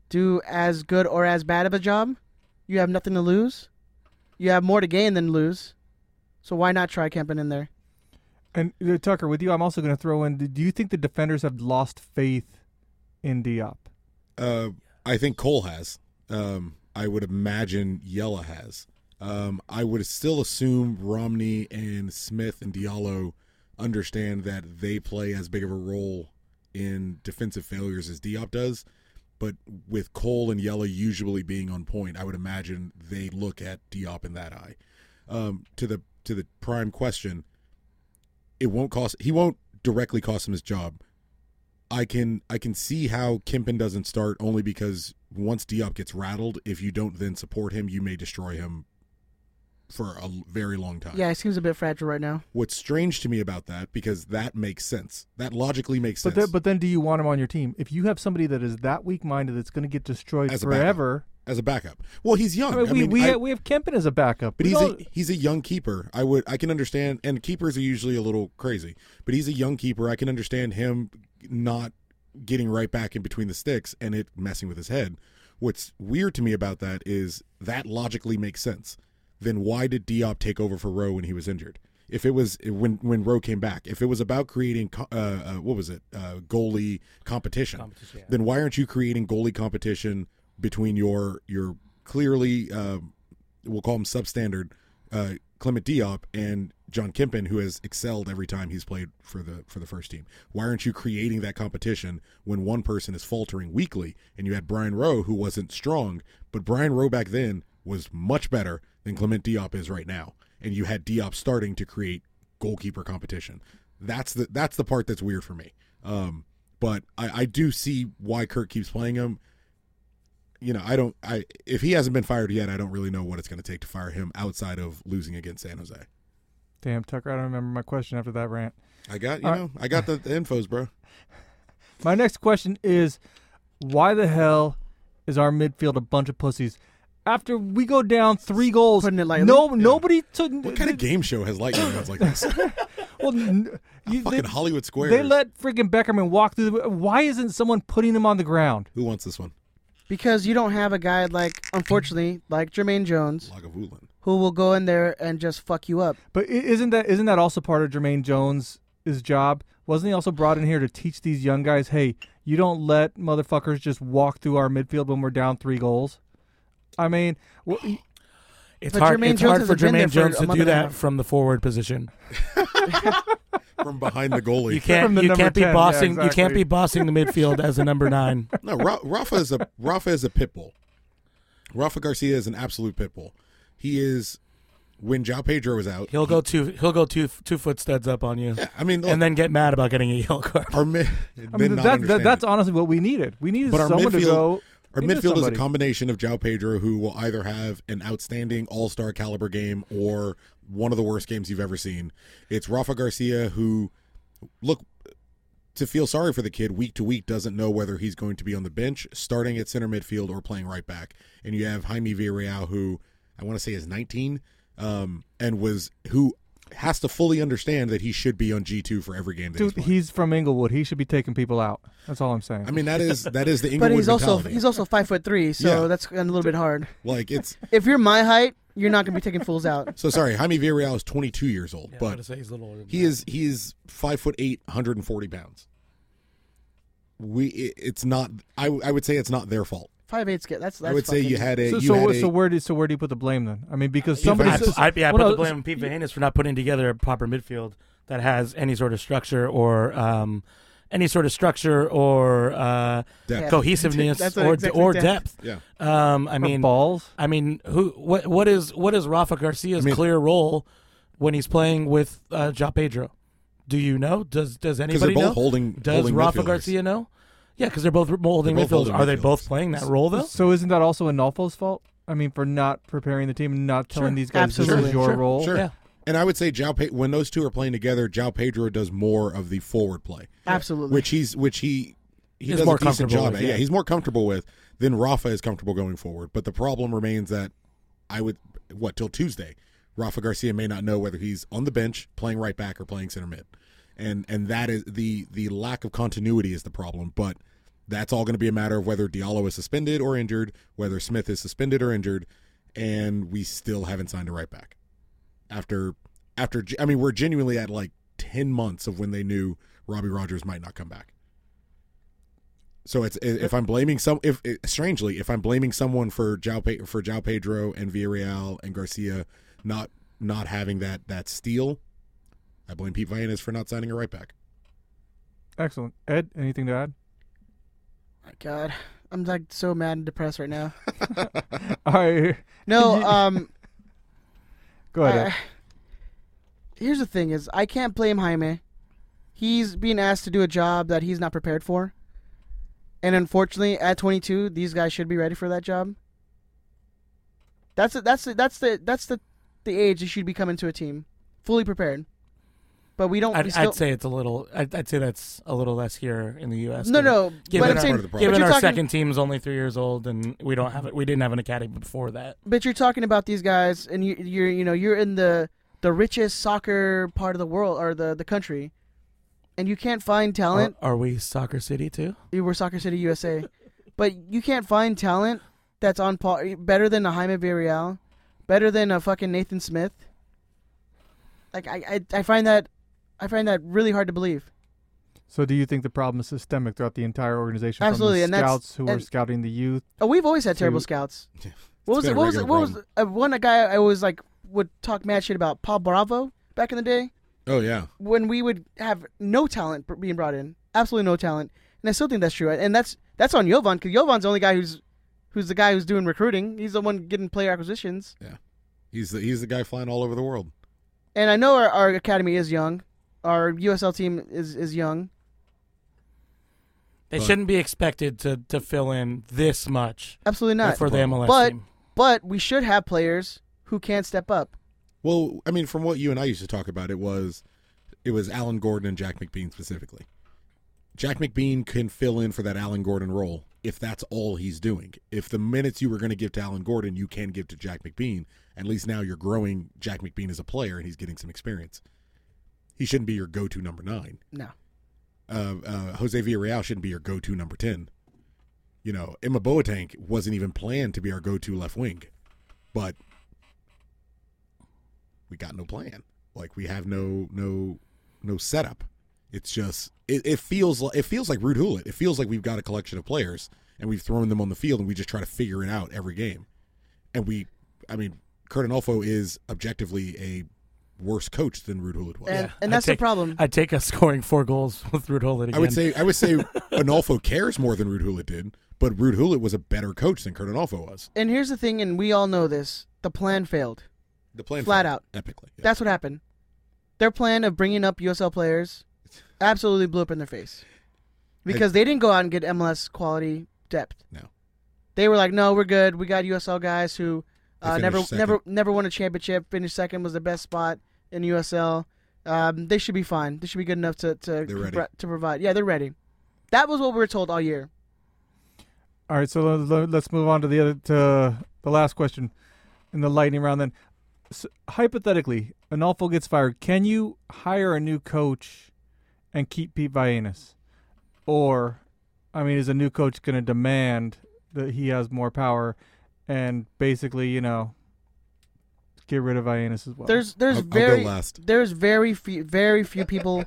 E: do as good or as bad of a job. You have nothing to lose. You have more to gain than lose. So why not try Kempen in there?
J: And uh, Tucker, with you, I'm also going to throw in. Do you think the defenders have lost faith in Diop?
F: uh, I think Cole has. Um, I would imagine Yella has. Um, I would still assume Romney and Smith and Diallo understand that they play as big of a role in defensive failures as Diop does. But with Cole and Yella usually being on point, I would imagine they look at Diop in that eye. Um, to the to the prime question, it won't cost. He won't directly cost him his job. I can I can see how Kempen doesn't start only because once Diop gets rattled, if you don't then support him, you may destroy him for a l- very long time.
E: Yeah, he seems a bit fragile right now.
F: What's strange to me about that because that makes sense. That logically makes
J: But
F: sense.
J: then, but then, do you want him on your team? If you have somebody that is that weak-minded, that's going to get destroyed
F: As a backup.
J: forever.
F: as a backup. Well, he's young.
J: I mean,
F: I
J: we
F: mean,
J: we,
F: I-
J: have, we have Kempen as a backup.
F: But
J: We
F: he's a,
J: don't-
F: he's a young keeper. I would I can understand, and keepers are usually a little crazy. But he's a young keeper. I can understand him not getting right back in between the sticks and it messing with his head. What's weird to me about that is that logically makes sense. Then why did Diop take over for Rowe when he was injured? If it was when when Rowe came back, if it was about creating co- uh, uh, what was it uh, goalie competition,
G: Competition, yeah.
F: then why aren't you creating goalie competition between your your clearly um, we'll call him substandard uh, Clement Diop and John Kempen, who has excelled every time he's played for the for the first team. Why aren't you creating that competition when one person is faltering weekly? And you had Brian Rowe, who wasn't strong, but Brian Rowe back then was much better than Clement Diop is right now. And you had Diop starting to create goalkeeper competition. That's the that's the part that's weird for me. Um, but I, I do see why Kirk keeps playing him you know, I don't. I if he hasn't been fired yet, I don't really know what it's going to take to fire him outside of losing against San Jose.
J: Damn, Tucker, I don't remember my question after that rant.
F: I got you
J: All right.
F: know, I got the, the infos, bro.
J: [laughs] My next question is why the hell is our midfield a bunch of pussies? After we go down three goals, no, nobody took. What
F: kind of game show has
J: [laughs]
F: lightning rounds like this?
J: Well, n-
F: [laughs]
J: you,
F: Fucking
J: they,
F: Hollywood Squares.
J: they let freaking Beckerman walk through. The, why isn't someone putting him on the ground?
F: Who wants this one?
E: Because you don't have a guy like, unfortunately, like Jermaine Jones,
F: Lagavulin.
E: who will go in there and just fuck you up.
J: But i- isn't that isn't that also part of Jermaine Jones' job? Wasn't he also brought in here to teach these young guys, hey, you don't let motherfuckers just walk through our midfield when we're down three goals? I mean,
F: [sighs]
J: wh-
G: It's
J: But
G: hard.
J: Jermaine
G: it's
J: Jones
G: hard for
J: hasn't been there
G: Jermaine
J: for
G: Jones
J: a
G: to
J: month
G: do
J: and a
G: that
J: half.
G: from the forward position.
F: from behind the
G: [laughs]
F: goalie.
G: You can't. You can't be bossing. You can't be bossing the midfield as a number nine.
F: [laughs] No, Ra- Rafa is a Rafa is a pit bull. Rafa Garcia is an absolute pit bull. He is when Jao Pedro was out.
G: He'll go two. He'll go two two foot studs up on you.
F: I mean,
G: and then get mad about getting a yellow card.
F: Our mid,
J: I mean, that, that, that's honestly what we needed. We needed
F: But our
J: someone
F: midfield,
J: to go.
F: our
J: into
F: midfield is a
J: somebody.
F: combination of Jao Pedro, who will either have an outstanding All Star caliber game or one of the worst games you've ever seen. It's Rafa Garcia, who look to feel sorry for the kid week to week doesn't know whether he's going to be on the bench, starting at center midfield, or playing right back. And you have Jaime Villarreal, who I want to say is 19, um, and was who has to fully understand that he should be on G two for every game. That
J: Dude, he's from Inglewood. He should be taking people out. That's all I'm saying.
F: I mean, that is that
J: [laughs]
F: is the
E: but
F: Inglewood
E: he's also
F: mentality.
E: he's also five foot three, so
F: Yeah.
E: that's a little bit hard.
F: like it's
E: If you're my height, you're not gonna be taking fools out.
F: so sorry. Jaime Villarreal is 22 years
E: Yeah,
F: old,
E: I was
F: but
E: gonna say he's a little older than
F: he is he is five foot eight, 140 pounds. We it, it's not. I I would say it's not their fault.
E: Five eight's good. That's, that's
F: I would say you
E: fucking-
F: had a
J: So,
F: you
J: so,
F: had
J: so
F: a,
J: where did so where do you put the blame then? I mean, because somebody
G: I,
J: says,
G: I, yeah, I
J: Well,
G: put the
J: no,
G: blame on Pete Vahanis for not putting together a proper midfield that has any sort of structure or um, any sort of structure or uh,
F: Depth.
G: cohesiveness
F: That's
G: or
F: exactly
G: or
F: depth.
G: depth.
F: Yeah.
G: Um, I
F: Or
G: mean
J: balls.
G: I mean, who? What? What is? What is Rafa Garcia's clear role when he's playing with uh, Ja Pedro? Do you know? Does Does
F: they're
G: anybody
F: both
G: know?
F: holding-
G: Does
F: holding
G: Rafa
F: midfielders.
G: Garcia know? Yeah, because they're both holding
F: They're
G: midfielders.
F: both holding
G: Are they
F: midfielders.
G: both playing that role though?
J: So isn't that also Anolfo's fault? I mean, for not preparing the team and not telling these guys this is your role.
F: Sure. And I would say Jao Pe- when those two are playing together, Jao Pedro does more of the forward play.
E: Absolutely.
F: Which he's which he he
G: He's
F: does
G: more
F: a decent
G: comfortable
F: job
G: with,
F: at. Yeah.
G: yeah.
F: he's more comfortable with than Rafa is comfortable going forward. But the problem remains that I would what till Tuesday, Rafa Garcia may not know whether he's on the bench playing right back or playing center mid. And and that is the the lack of continuity is the problem, but that's all going to be a matter of whether Diallo is suspended or injured, whether Smith is suspended or injured, and we still haven't signed a right back after after I mean we're genuinely at like 10 months of when they knew Robbie Rogers might not come back. So it's if I'm blaming some if strangely if I'm blaming someone for Jao Pe- for Jao Pedro and Villarreal and Garcia not not having that that steal, I blame Pete Vianis for not signing a right back.
J: Excellent. Ed, anything to add?
E: Oh God, I'm like so mad and depressed right
J: [laughs]
E: now.
J: All right. [laughs]
E: No, um,
J: Go
E: I-
J: ahead. Ed.
E: here's the thing: is I can't blame Jaime. He's being asked to do a job that he's not prepared for, and unfortunately, at 22, these guys should be ready for that job. That's it. That's it. That's the that's the the age you should be coming to a team fully prepared. But we don't.
G: I'd,
E: we still,
G: I'd say it's a little. I'd, I'd say that's a little less here in the U.S.
E: No,
G: given-
E: no, but
G: Given
E: I'm
G: our,
E: saying- Part of the problem. but
G: given
E: you're
G: our
E: talking-
G: second team's only three years old, and we don't have it. We didn't have an academy before that.
E: But you're talking about these guys, and you, you're you know you're in the the richest soccer part of the world or the the country, and you can't find
G: Are,
J: Uh.
E: talent.
G: are we soccer city too?
E: You were Soccer City USA, but you can't find talent that's on par better than a Jaime Villarreal, better than a fucking Nathan Smith. Like I, I I find that I find that really hard to
J: [laughs]
E: believe.
J: So do you think the problem is systemic throughout the entire organization?
E: Absolutely,
J: From
E: and
J: the
E: that's-
J: scouts who are
E: and-
J: scouting the youth.
E: Oh, we've always had terrible
J: To-
E: scouts. What was
J: been
E: it?
J: a
E: What was it?
J: regular
E: What was uh, one guy I was like would talk mad shit about Paul Bravo back in the day.
F: Oh yeah.
E: when we would have no talent br- being brought in, absolutely no talent, and I still think that's true. And that's that's on Jovan because Jovan's the only guy who's who's the guy who's doing recruiting. He's the one getting player acquisitions.
F: Yeah. He's the he's the guy flying all over the world.
E: And I know our, our academy is young, our USL team is is young.
G: They
E: But-
G: shouldn't be expected to, to fill in this much.
E: Absolutely not
G: for the MLS
E: But
G: team.
E: but we should have players who can step up.
F: Well, I mean, from what you and I used to talk about, it was it was Alan Gordon and Jack McBean specifically. Jack McBean can fill in for that Alan Gordon role if that's all he's doing. If the minutes you were going to give to Alan Gordon, you can give to Jack McBean. At least now you're growing Jack McBean as a player and he's getting some experience. He shouldn't be your go-to number nine.
E: No.
F: Uh, uh, Jose Villarreal shouldn't be your go-to number ten. You know, Emma Boateng wasn't even planned to be our go-to left wing, but we got no plan. Like we have no no no setup. It's just it, it feels like it feels like Rude Hulet. It feels like we've got a collection of players and we've thrown them on the field and we just try to figure it out every game. And we, I mean, Kurt Anolfo is objectively a worse coach than Rude Hulet was.
E: And- and that's the problem.
G: I take us [laughs] scoring four goals with Rudola again.
F: I would say I would [laughs] say Anolfo cares more than Rude Hulet did, but Rude Hulet was a better coach than Kurt Anolfo was.
E: And here's the thing, and we all know this: the plan failed.
F: The plan
E: flat
F: failed
E: out
F: epically.
E: That's what happened. Their plan of bringing up USL
F: [laughs]
E: players absolutely blew up in their face because they didn't go out and get MLS quality depth.
F: No.
E: they were like, "No, we're good. We got USL guys who
F: They
E: uh,
F: finished
E: never,
F: second.
E: never, never won a championship. Finished second was the best spot in USL. Um, they should be fine. They should be good enough to to
F: They're ready.
E: pro- to provide. Yeah, they're ready. That was what we were told all year.
J: All right, so le- le- let's move on to the other to the last question in the lightning round. Then, s hypothetically, Anolfo gets fired. Can you hire a new coach and keep Pete Vianis? Or, I mean, is a new coach going to demand that he has more power and basically, you know, get rid of Vianis as well?
E: There's there's very there's very few very few
F: [laughs]
E: people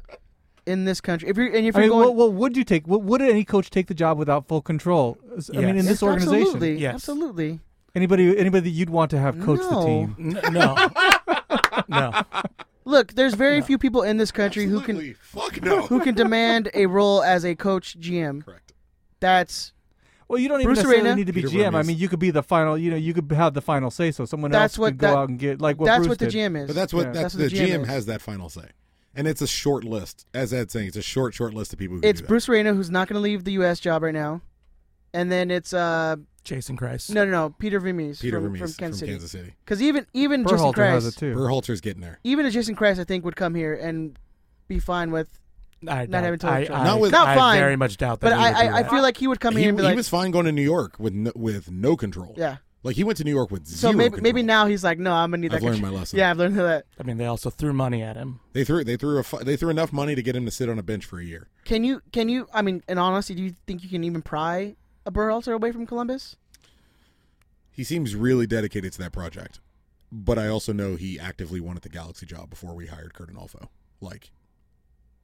E: in this country. If you're and if
J: I
E: you're
J: mean,
E: going
J: what, what would you take? What, would any coach take the job without full control? I mean, in
E: Yes.
J: this organization,
E: absolutely, absolutely.
J: Anybody, anybody that you'd want to have coach the team? [laughs]
G: no. no.
E: Look, there's very few people in this country who can who can demand a role as a coach GM. Correct. That's
J: well, you don't even
E: Bruce
J: necessarily
E: Arena,
J: need to be GM. I mean, you could be the final. You know, you could have the final say. So someone
E: That's
J: else
E: what
J: could go
E: that-
J: out and get like what.
E: that's
J: Bruce
E: what the
J: did.
E: GM is.
F: But that's what
E: Yeah.
F: that's,
E: That's what
F: the
E: the
F: GM,
E: GM is.
F: has that final say, and it's a short list. As Ed's saying, it's a short, short list of people. Who
E: it's
F: can do
E: Bruce Arena who's not going to leave the U.S. job right now, and then it's uh
G: Jason Christ.
E: no no no Peter Vermees
F: Peter
E: from,
F: Vermees
E: from Kansas
F: from
E: City.
F: Kansas City.
E: Because even even
F: that.
E: Jason Christ
F: Berhalter's getting there.
E: even a Jason Christ I think would come here and be fine with.
G: I
E: not
G: doubt-
E: having total
G: I-
E: control.
G: I-
E: not,
G: Not with- I
E: fine.
G: very much doubt that
E: But
G: he
E: I,
G: would do
E: I, I
G: that.
E: feel like he would come
F: he,
E: here and be
F: he
E: like,
F: was fine going to New York with no, with no control.
E: Yeah.
F: like he went to New York with
E: so
F: zero.
E: maybe
F: control.
E: maybe now he's like, no, I'm gonna need that.
F: I've learned
E: control."
F: my lesson.
E: Yeah, I've learned that.
G: I mean, they also threw money at him.
F: they threw they threw a fu- they threw enough money to get him to sit on a bench for a year.
E: Can you can you? I mean, in honesty, do you think you can even pry a Burhalter away from Columbus?
F: He seems really dedicated to that project, but I also know he actively wanted the Galaxy job before we hired Kurt Anolfo. Like,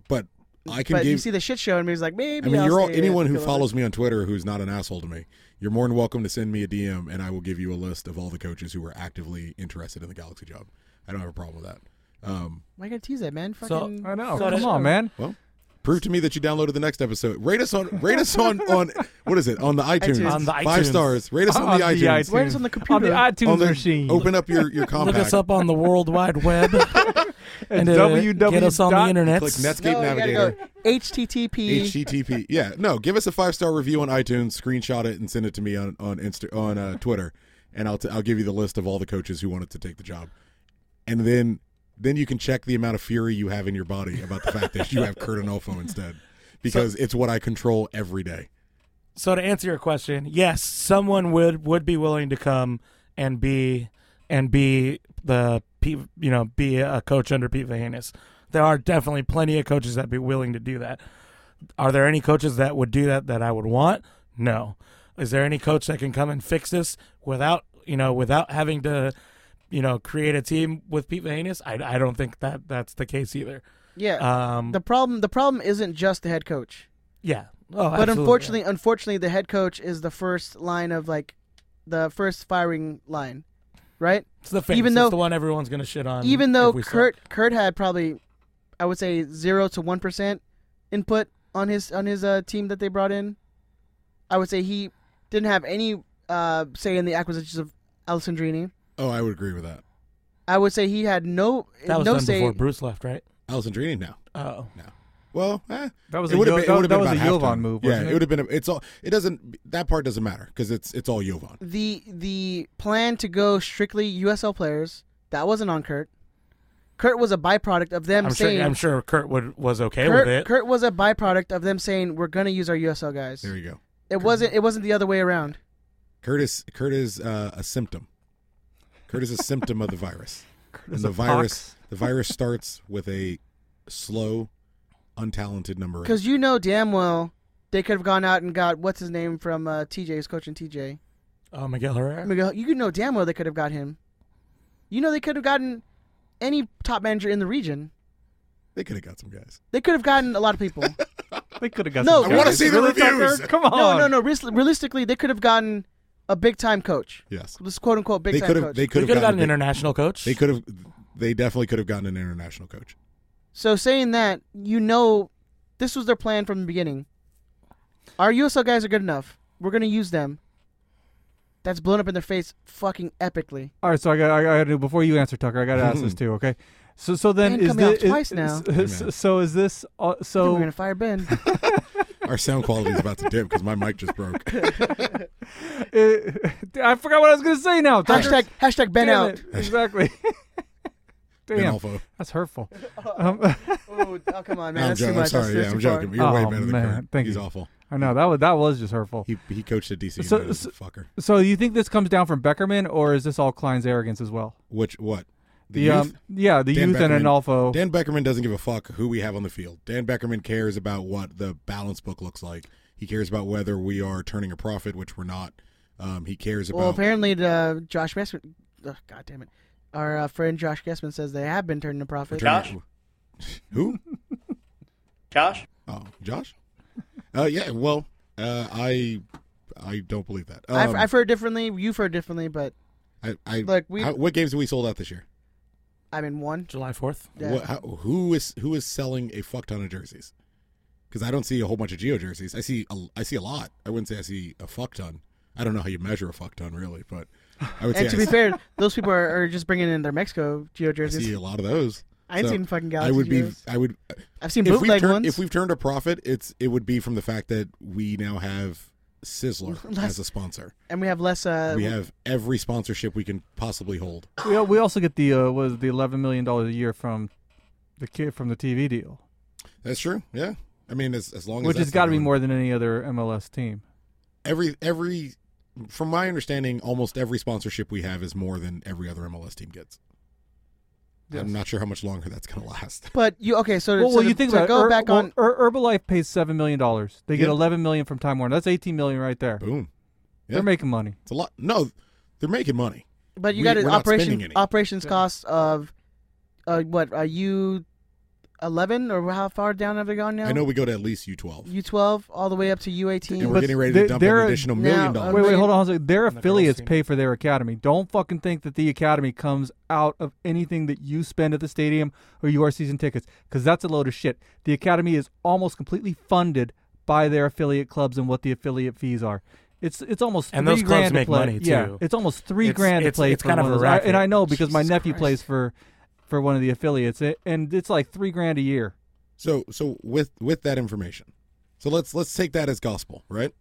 F: but I can
E: but
F: give
E: you see the shit show, and he's like, maybe.
F: I mean,
E: will
F: you're all, anyone who follows me on Twitter who's not an asshole to me. You're more than welcome to send me a DM, and I will give you a list of all the coaches who are actively interested in the Galaxy job. I don't have a problem with that. Um,
E: Why you gotta tease that man? Fucking.
J: I know.
E: Fucking-
J: Come
E: [laughs]
J: on, man.
F: Well, prove to me that you downloaded the next episode. Rate us on rate us on on what is it on the iTunes?
G: iTunes. On the
F: Five
G: iTunes.
F: stars. Rate us on, the, iTunes.
E: Where's on the
J: on the
E: computer?
J: iTunes
F: On the-
J: machine.
F: Open up your your compact.
G: Look us up on the World Wide Web.
F: [laughs]
G: and uh,
J: www.
G: get us on the internet.
F: Click Netscape
E: no, you gotta
F: Navigator.
E: go HTTP.
F: HTTP. Yeah, no. Give us a five star review on iTunes. Screenshot it and send it to me on on Insta on uh, Twitter, and I'll t- I'll give you the list of all the coaches who wanted to take the job, and then then you can check the amount of fury you have in your body about the fact that you have Kurt Anolfo instead, because it's what I control every day.
G: So to answer your question, yes, someone would would be willing to come and be and be the Pete, you know be a coach under Pete Vahanis. There are definitely plenty of coaches that be willing to do that. Are there any coaches that would do that that I would want? No. Is there any coach that can come and fix this without you know without having to you know create a team with Pete Vahanis? I, I don't think that that's the case either.
E: Yeah.
G: Um,
E: the problem. The problem isn't just the head coach.
G: yeah. Oh,
E: but
G: absolutely.
E: unfortunately, unfortunately, the head coach is the first line of like, the first firing line, right?
G: it's the face.
E: even
G: It's
E: though-
G: the one everyone's going to shit on.
E: Even though
G: if we suck.
E: Kurt Kurt had probably, I would say zero to one percent input on his on his uh, team that they brought in, I would say he didn't have any uh, say in the acquisitions of Alessandrini.
F: Oh, I would agree with that.
E: I would say he had no
G: that was
E: no
G: done
E: say.
G: before Bruce left, right?
F: Alessandrini now.
G: Oh,
F: Well, eh,
J: That was
F: it
J: a
F: would have been,
J: Yo-
F: it
J: that-
F: would've
J: that
F: been
J: was
F: about
J: a
F: halftime.
J: Yovan move,
F: Yeah,
J: wasn't
F: it
J: it?
F: would have been. It's all. It doesn't. That part doesn't matter because it's it's all Yovan.
E: the the plan to go strictly USL players that wasn't on Kurt. Kurt was a byproduct of them
G: I'm
E: saying
G: sure. I'm sure Kurt would, was okay
E: Kurt,
G: with it.
E: Kurt was a byproduct of them saying we're gonna use our USL guys.
F: There you go.
E: It wasn't it wasn't the other way around.
F: Curtis Kurt is uh, a symptom. Kurt is a symptom of the
J: [laughs]
F: virus. And
J: is
F: the
J: a
F: virus
J: pox.
F: the virus starts with a slow, untalented number eight.
E: Because you know damn well they could have gone out and got what's his name from uh, TJ, who's coaching TJ.
G: Oh, Miguel Herrera.
E: Miguel, you know damn well they could have got him. You know they could have gotten any top manager in the region.
F: They could have got some guys.
E: They could have gotten a lot of people.
J: They could have [laughs] got.
E: No.
J: some
E: I wanna
J: guys.
F: see the
J: Really, Tucker?
F: reviews.
J: Come on.
E: no, no, no. Real- realistically, they could have gotten a big time coach.
F: Yes.
E: This quote unquote big
F: they
E: time
F: could
E: coach.
F: have they
G: We could
F: could have
G: have got
F: gotten
G: an
F: a big-
G: international coach.
F: They could have they definitely could have gotten an international coach.
E: So saying that, you know, this was their plan from the beginning. Our USL guys are good enough. We're gonna use them. That's blown up in their face, fucking epically.
J: All right, so I got I got to do before you answer, Tucker. I got to ask this too, okay? So so then
E: Ben
J: is
E: cut me off
J: this
E: twice now.
J: so is this uh,
E: I think
J: so
E: we're gonna fire Ben.
F: Our sound quality is about to dip because my mic just
J: [laughs]
F: broke.
J: uh, [laughs] I forgot what I was going to say now. Tucker.
E: hashtag hashtag Ben
J: Damn
E: out.
J: it.
F: [laughs]
J: Exactly. [laughs] Damn.
F: Benolfo.
E: [laughs]
J: That's hurtful. [laughs] Um,
E: Oh, oh, come on, man.
F: No,
E: that's too
F: I'm joking. I'm
E: much.
F: sorry.
E: That's
F: Yeah,
E: too
F: I'm
E: far.
F: joking. But You're way
J: Oh,
F: better than
J: man.
F: Kurt.
J: Thank
F: He's
J: you.
F: awful.
J: I know that was that was just hurtful.
F: He he coached at DC.
J: So-
F: United,
J: so-
F: fucker.
J: So you think this comes down from Beckerman, or is this all Klein's arrogance as well?
F: Which what?
J: The, um, yeah, the youth and Adolfo.
F: Dan Beckerman doesn't give a fuck who we have on the field. Dan Beckerman cares about what the balance book looks like. He cares about whether we are turning a profit, which we're not. Um, he cares about
E: Well, apparently, the Josh Gessman. Ugh, God damn it! Our uh, friend Josh Gessman says they have been turning a profit.
F: Josh? [laughs] who.
D: Josh.
F: Oh, Josh. Uh, yeah. Well, uh, I I don't believe that.
E: I've,
F: Um,
E: I've heard differently. You've heard differently, but
F: I, I
E: Look, we-
F: how- what games have we sold out this year?
E: I'm in one.
G: July fourth.
E: Yeah.
F: What, how, who is who is selling a fuck ton of jerseys? Because I don't see a whole bunch of Geo jerseys. I see a, I see a lot. I wouldn't say I see a fuck ton. I don't know how you measure a fuck ton really, but I
E: [laughs]
F: would
E: and to
F: say I
E: be
F: see-
E: fair, those people are, are just bringing in their Mexico geo
F: I
E: jerseys.
F: see a lot of those.
E: I ain't seen fucking
F: I
E: Galaxy
F: would
E: Geos.
F: be. I would. uh,
E: I've seen
F: if we've
E: bootleg
F: turned-
E: ones.
F: If we've turned a profit, it's it would be from the fact that we now have
E: [laughs]
F: Sizzler
E: Less-
F: as a sponsor.
E: and we have less. Uh,
F: we have every sponsorship we can possibly hold.
J: We, we also get the uh, what is it, the eleven million dollars a year from the kid from the TV deal,
F: That's true. Yeah. I mean, as as long as
J: which has
F: that's
J: got to be
F: going-
J: more than any other MLS team.
F: every every from my understanding almost every sponsorship we have is more than every other MLS team gets. I'm not sure how much longer that's going to last. [laughs]
E: But you okay? So,
J: well,
E: so
J: well,
E: to-
J: you think
E: to
J: about it,
E: go
J: Ur-
E: back
J: well,
E: on.
J: Ur- Herbalife pays seven million dollars. They get
F: Yeah.
J: eleven million from Time Warner. That's eighteen million right there.
F: Boom. Yeah.
J: They're making money.
F: It's a lot. No, they're making money.
E: But you
F: We-
E: got an
F: we're not
E: operation
F: spending any.
E: operations costs of, uh, what are you, eleven or how far down have they gone now?
F: I know we go to at least U12.
E: U twelve all the way up to U eighteen.
F: And we're getting ready
J: they-
F: to dump an
J: they're-
F: additional
E: now,
F: million
E: uh,
F: dollars.
J: Wait, wait,
E: million-
J: hold on. a second. Their
G: girls'
J: affiliates
G: team.
J: pay for their academy. Don't fucking think that the academy comes out of anything that you spend at the stadium or your season tickets, because that's a load of shit. The academy is almost completely funded by their affiliate clubs and what the affiliate fees are. It's it's almost
G: And
J: three
G: those clubs
J: grand to
G: make
J: play.
G: money,
J: Yeah,
G: too.
J: it's almost three
G: It's-
J: grand
G: it's-
J: to play.
G: it's
J: for
G: kind of
J: one
G: a
J: those- I- and I
G: racket.
J: know because my
E: Jesus
J: nephew
E: Christ.
J: plays for for one of the affiliates, a- and it's like three grand a year.
F: So so with with that information, so let's let's take that as gospel, right?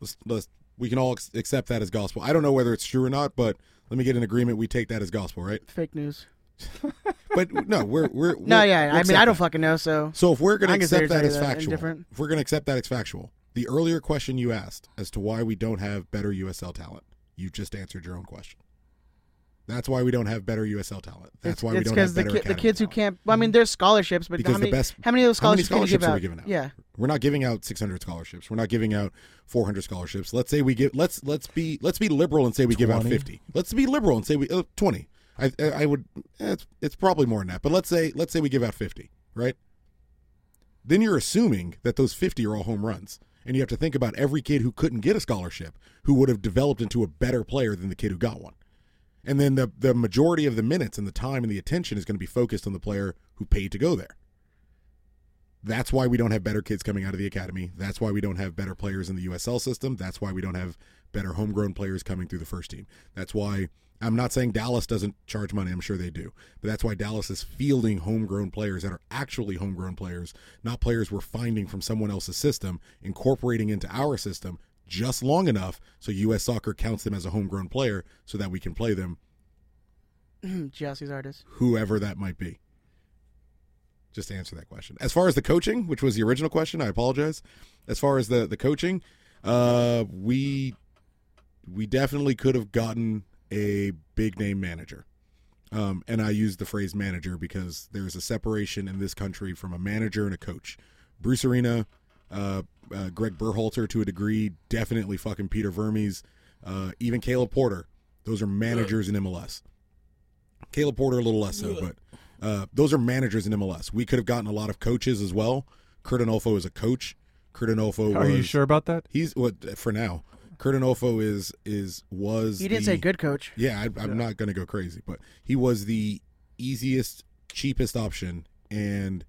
F: Let's, let's we can all ex- accept that as gospel. I don't know whether it's true or not, but let me get an agreement. We take that as gospel, right?
E: Fake news.
F: [laughs] But no, we're we're
E: [laughs] No,
F: we'll-
E: yeah.
F: we'll
E: I mean,
F: accept
E: I don't
F: that.
E: fucking know. So
F: So if we're going
E: I
F: to
E: consider
F: accept that
E: it
F: as
E: that
F: factual,
E: indifferent.
F: if we're going to accept that as factual, the earlier question you asked as to why we don't have better USL talent, you just answered your own question. That's why we don't have better USL talent. That's
E: it's,
F: why we
E: it's
F: don't have
E: the,
F: better
E: ki- the
F: academy
E: kids who
F: talent.
E: can't. Well, I mean, there's scholarships, but
F: Because
E: how
F: the
E: many?
F: best-
E: how many of those
F: how many
E: scholarships, can you
F: scholarships
E: give
F: are we
E: out?
F: giving out?
E: Yeah.
F: We're not giving out 600 scholarships. We're not giving out 400 scholarships. Let's say we give. Let's let's be let's be liberal and say we give out
G: 20.
F: 50. Let's be liberal and say we uh, 20. I I I would. eh, It's it's probably more than that. But let's say let's say we give out 50. Right. Then you're assuming that those 50 are all home runs, and you have to think about every kid who couldn't get a scholarship who would have developed into a better player than the kid who got one. And then the the majority of the minutes and the time and the attention is going to be focused on the player who paid to go there. That's why we don't have better kids coming out of the academy. That's why we don't have better players in the USL system. That's why we don't have better homegrown players coming through the first team. That's why I'm not saying Dallas doesn't charge money. I'm sure they do. But that's why Dallas is fielding homegrown players that are actually homegrown players, not players we're finding from someone else's system, incorporating into our system just long enough so US soccer counts them as a homegrown player so that we can play them,
E: [clears throat] Chelsea's artist.
F: whoever that might be. just to answer that question. As far as the coaching, which was the original question, I apologize. As far as the the coaching, uh, we we definitely could have gotten a big name manager. Um, and I use the phrase manager because there's a separation in this country from a manager and a coach. Bruce Arena, uh, uh, Greg Berhalter to a degree, definitely fucking Peter Vermes, uh, even Caleb Porter. Those are managers in MLS. Caleb Porter a little less so, but uh, those are managers in MLS. We could have gotten a lot of coaches as well. Kurt Anolfo is a coach. Kurt Anolfo.
J: Are you
F: was-
J: sure about that?
F: He's what for now. Kurt Anolfo is is was.
E: He didn't
F: the-
E: say good coach.
F: Yeah, I, I'm not gonna go crazy, but he was the easiest, cheapest option, and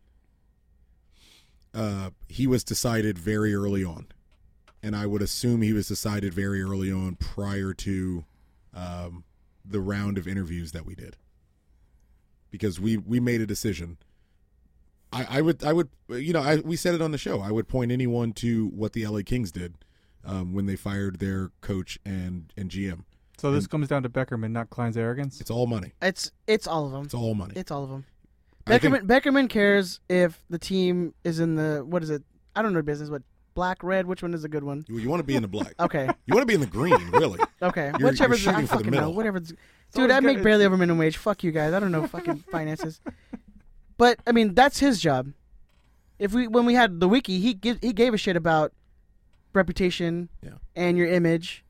F: uh, he was decided very early on. And I would assume he was decided very early on prior to um, the round of interviews that we did, because we we made a decision. I, I would I would you know I we said it on the show. I would point anyone to what the LA Kings did um, when they fired their coach and and GM.
J: So this comes down to Beckerman, not Klein's arrogance.
F: It's all money.
E: It's it's all of them.
F: It's all money.
E: It's all of them.
F: I
E: Beckerman
F: think-
E: Beckerman cares if the team is in the what is it? I don't know business. What black, red? Which one is a good one?
F: You, you want to be in the black.
E: Okay.
F: You want to be in the green, really.
E: Okay,
F: You're,
E: whichever
F: you're shooting
E: I
F: for the
E: fucking know,
F: middle.
E: whatever's- dude,
J: always
E: I
J: good-
E: make barely over minimum wage. Fuck you guys. I don't know
J: [laughs]
E: fucking finances. But I mean, that's his job. If we when we had the wiki, he give, he gave a shit about reputation and your image.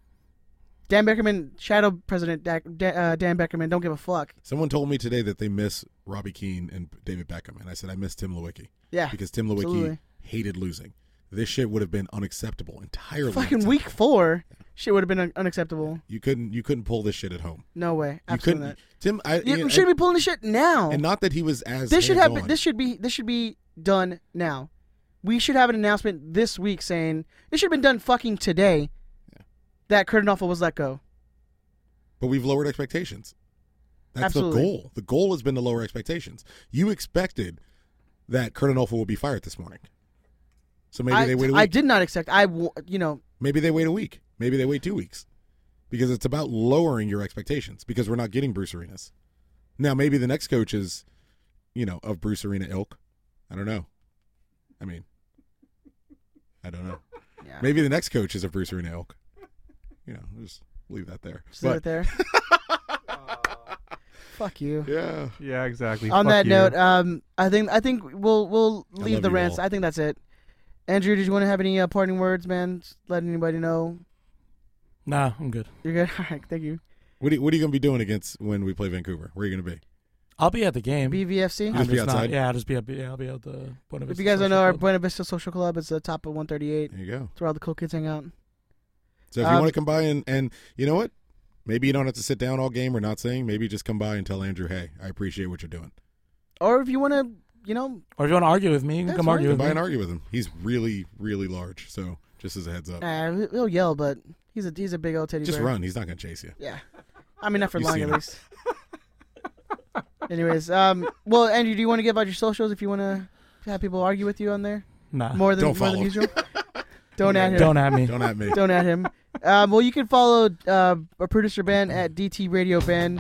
E: Dan Beckerman, shadow president Dak, Da- uh, Dan Beckerman, don't give a fuck.
F: Someone told me today that they miss Robbie Keane and David Beckham, and I said I miss Tim Lewicki.
E: Yeah,
F: because Tim Lewicki
E: absolutely.
F: hated losing. This shit would have been unacceptable entirely.
E: Fucking week four, shit would have been un- unacceptable.
F: You couldn't you couldn't pull this shit at home.
E: No way,
F: You
E: absolutely
F: couldn't.
E: not.
F: Tim, I
E: You
F: and-
E: should be pulling the shit now.
F: And not that he was as
E: this should happen.
F: hands-on.
E: This should be. This should be done now. We should have an announcement this week saying it should have been done fucking today. That Kurtanoff was let go.
F: but we've lowered expectations. That's
E: Absolutely.
F: the goal. The goal has been to lower expectations. You expected that Kurtanolfo will be fired this morning, so maybe
E: I,
F: they wait a week.
E: I did not accept. I wa- you know
F: Maybe they wait a week. Maybe they wait two weeks, because it's about lowering your expectations. Because we're not getting Bruce Arenas. Now maybe the next coach is, you know, of Bruce Arena ilk. I don't know. I mean, I don't
E: [laughs]
F: know. Maybe the next coach is of Bruce Arena ilk. You know, just leave that there.
E: just
F: But-
E: leave it
J: [laughs]
E: there. [laughs] Fuck you.
F: Yeah.
J: Yeah, exactly.
E: On
J: Fuck
E: that
J: you.
E: note, um, I think I think we'll we'll
J: I
E: leave
J: love
E: the
J: you
E: rants.
J: all.
E: I think that's it. Andrew, did you want to have any uh, parting words, man? Just let anybody know
G: Nah, I'm good.
E: you're good. [laughs] All right, thank you.
F: What are, you- what are you going to be doing against when we play Vancouver? Where are you going to be?
G: I'll be at the game.
E: BVFC?
G: I'm
F: Just be
G: not-
F: outside?
G: yeah, I'll just be at. Yeah, I'll be at the. Buena
E: If
G: Vista
E: you guys don't know, our
G: Social Club.
E: Buena Vista Social Club is the top of 138.
F: There you go.
E: It's where all the cool kids hang out.
F: So if
E: Um,
F: you want to come by and, and you know what, maybe you don't have to sit down all game or not sing. Maybe just come by and tell Andrew, hey, I appreciate what you're doing.
E: Or if you want to, you know,
G: Or if you want to argue with me, you can
E: That's
G: come argue
F: Come
G: with
F: by
G: me.
F: and argue with him. He's really really large. So just as a heads up,
E: uh, he'll yell, but he's a he's a big old teddy
F: just
E: bear.
F: run. He's not going to chase you.
E: Yeah, I mean not for
F: You've
E: long
F: seen
E: at
F: him.
E: least. Anyways, um, well, Andrew, do you want to give out your socials if you want to have people argue with you on there?
G: Nah.
E: more than
G: Don't
E: more than
G: follow. [laughs]
E: usual. Don't at him.
G: Don't at me.
F: Don't at me.
E: Don't at him. Um, well, you can follow uh, our producer Ben at DT Radio Ben.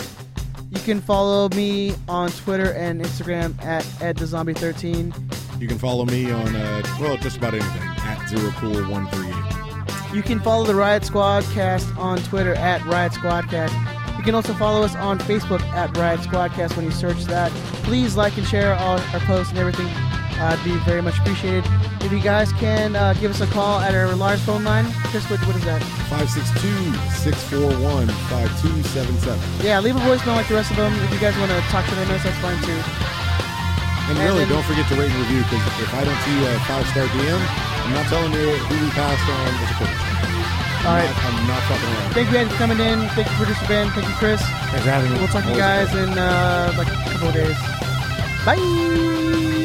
E: You can follow me on Twitter and Instagram at EdTheZombie13.
F: You can follow me on uh, well just about anything at zero cool one three eight.
E: You can follow the Riot Squadcast on Twitter at Riot Squadcast. You can also follow us on Facebook at Riot Squadcast when you search that. Please like and share all our posts and everything. Uh, it'd be very much appreciated. If you guys can uh, give us a call at our large phone line. Chris, what, what is that?
F: 562-641-5277.
E: Yeah, leave a voicemail like the rest of them. If you guys want to talk to them, that's fine too.
F: And
E: And
F: really,
E: then-
F: don't forget to rate and review because if I don't see a five star DM, I'm not telling you who we passed on as a coach.
E: All right.
F: I'm not fucking around.
E: Thank you, Ben, for coming in. Thank you, producer Ben. Thank you, Chris.
G: for having me.
E: We'll talk to you
G: Always a
E: guys in uh, like a couple of days. Bye.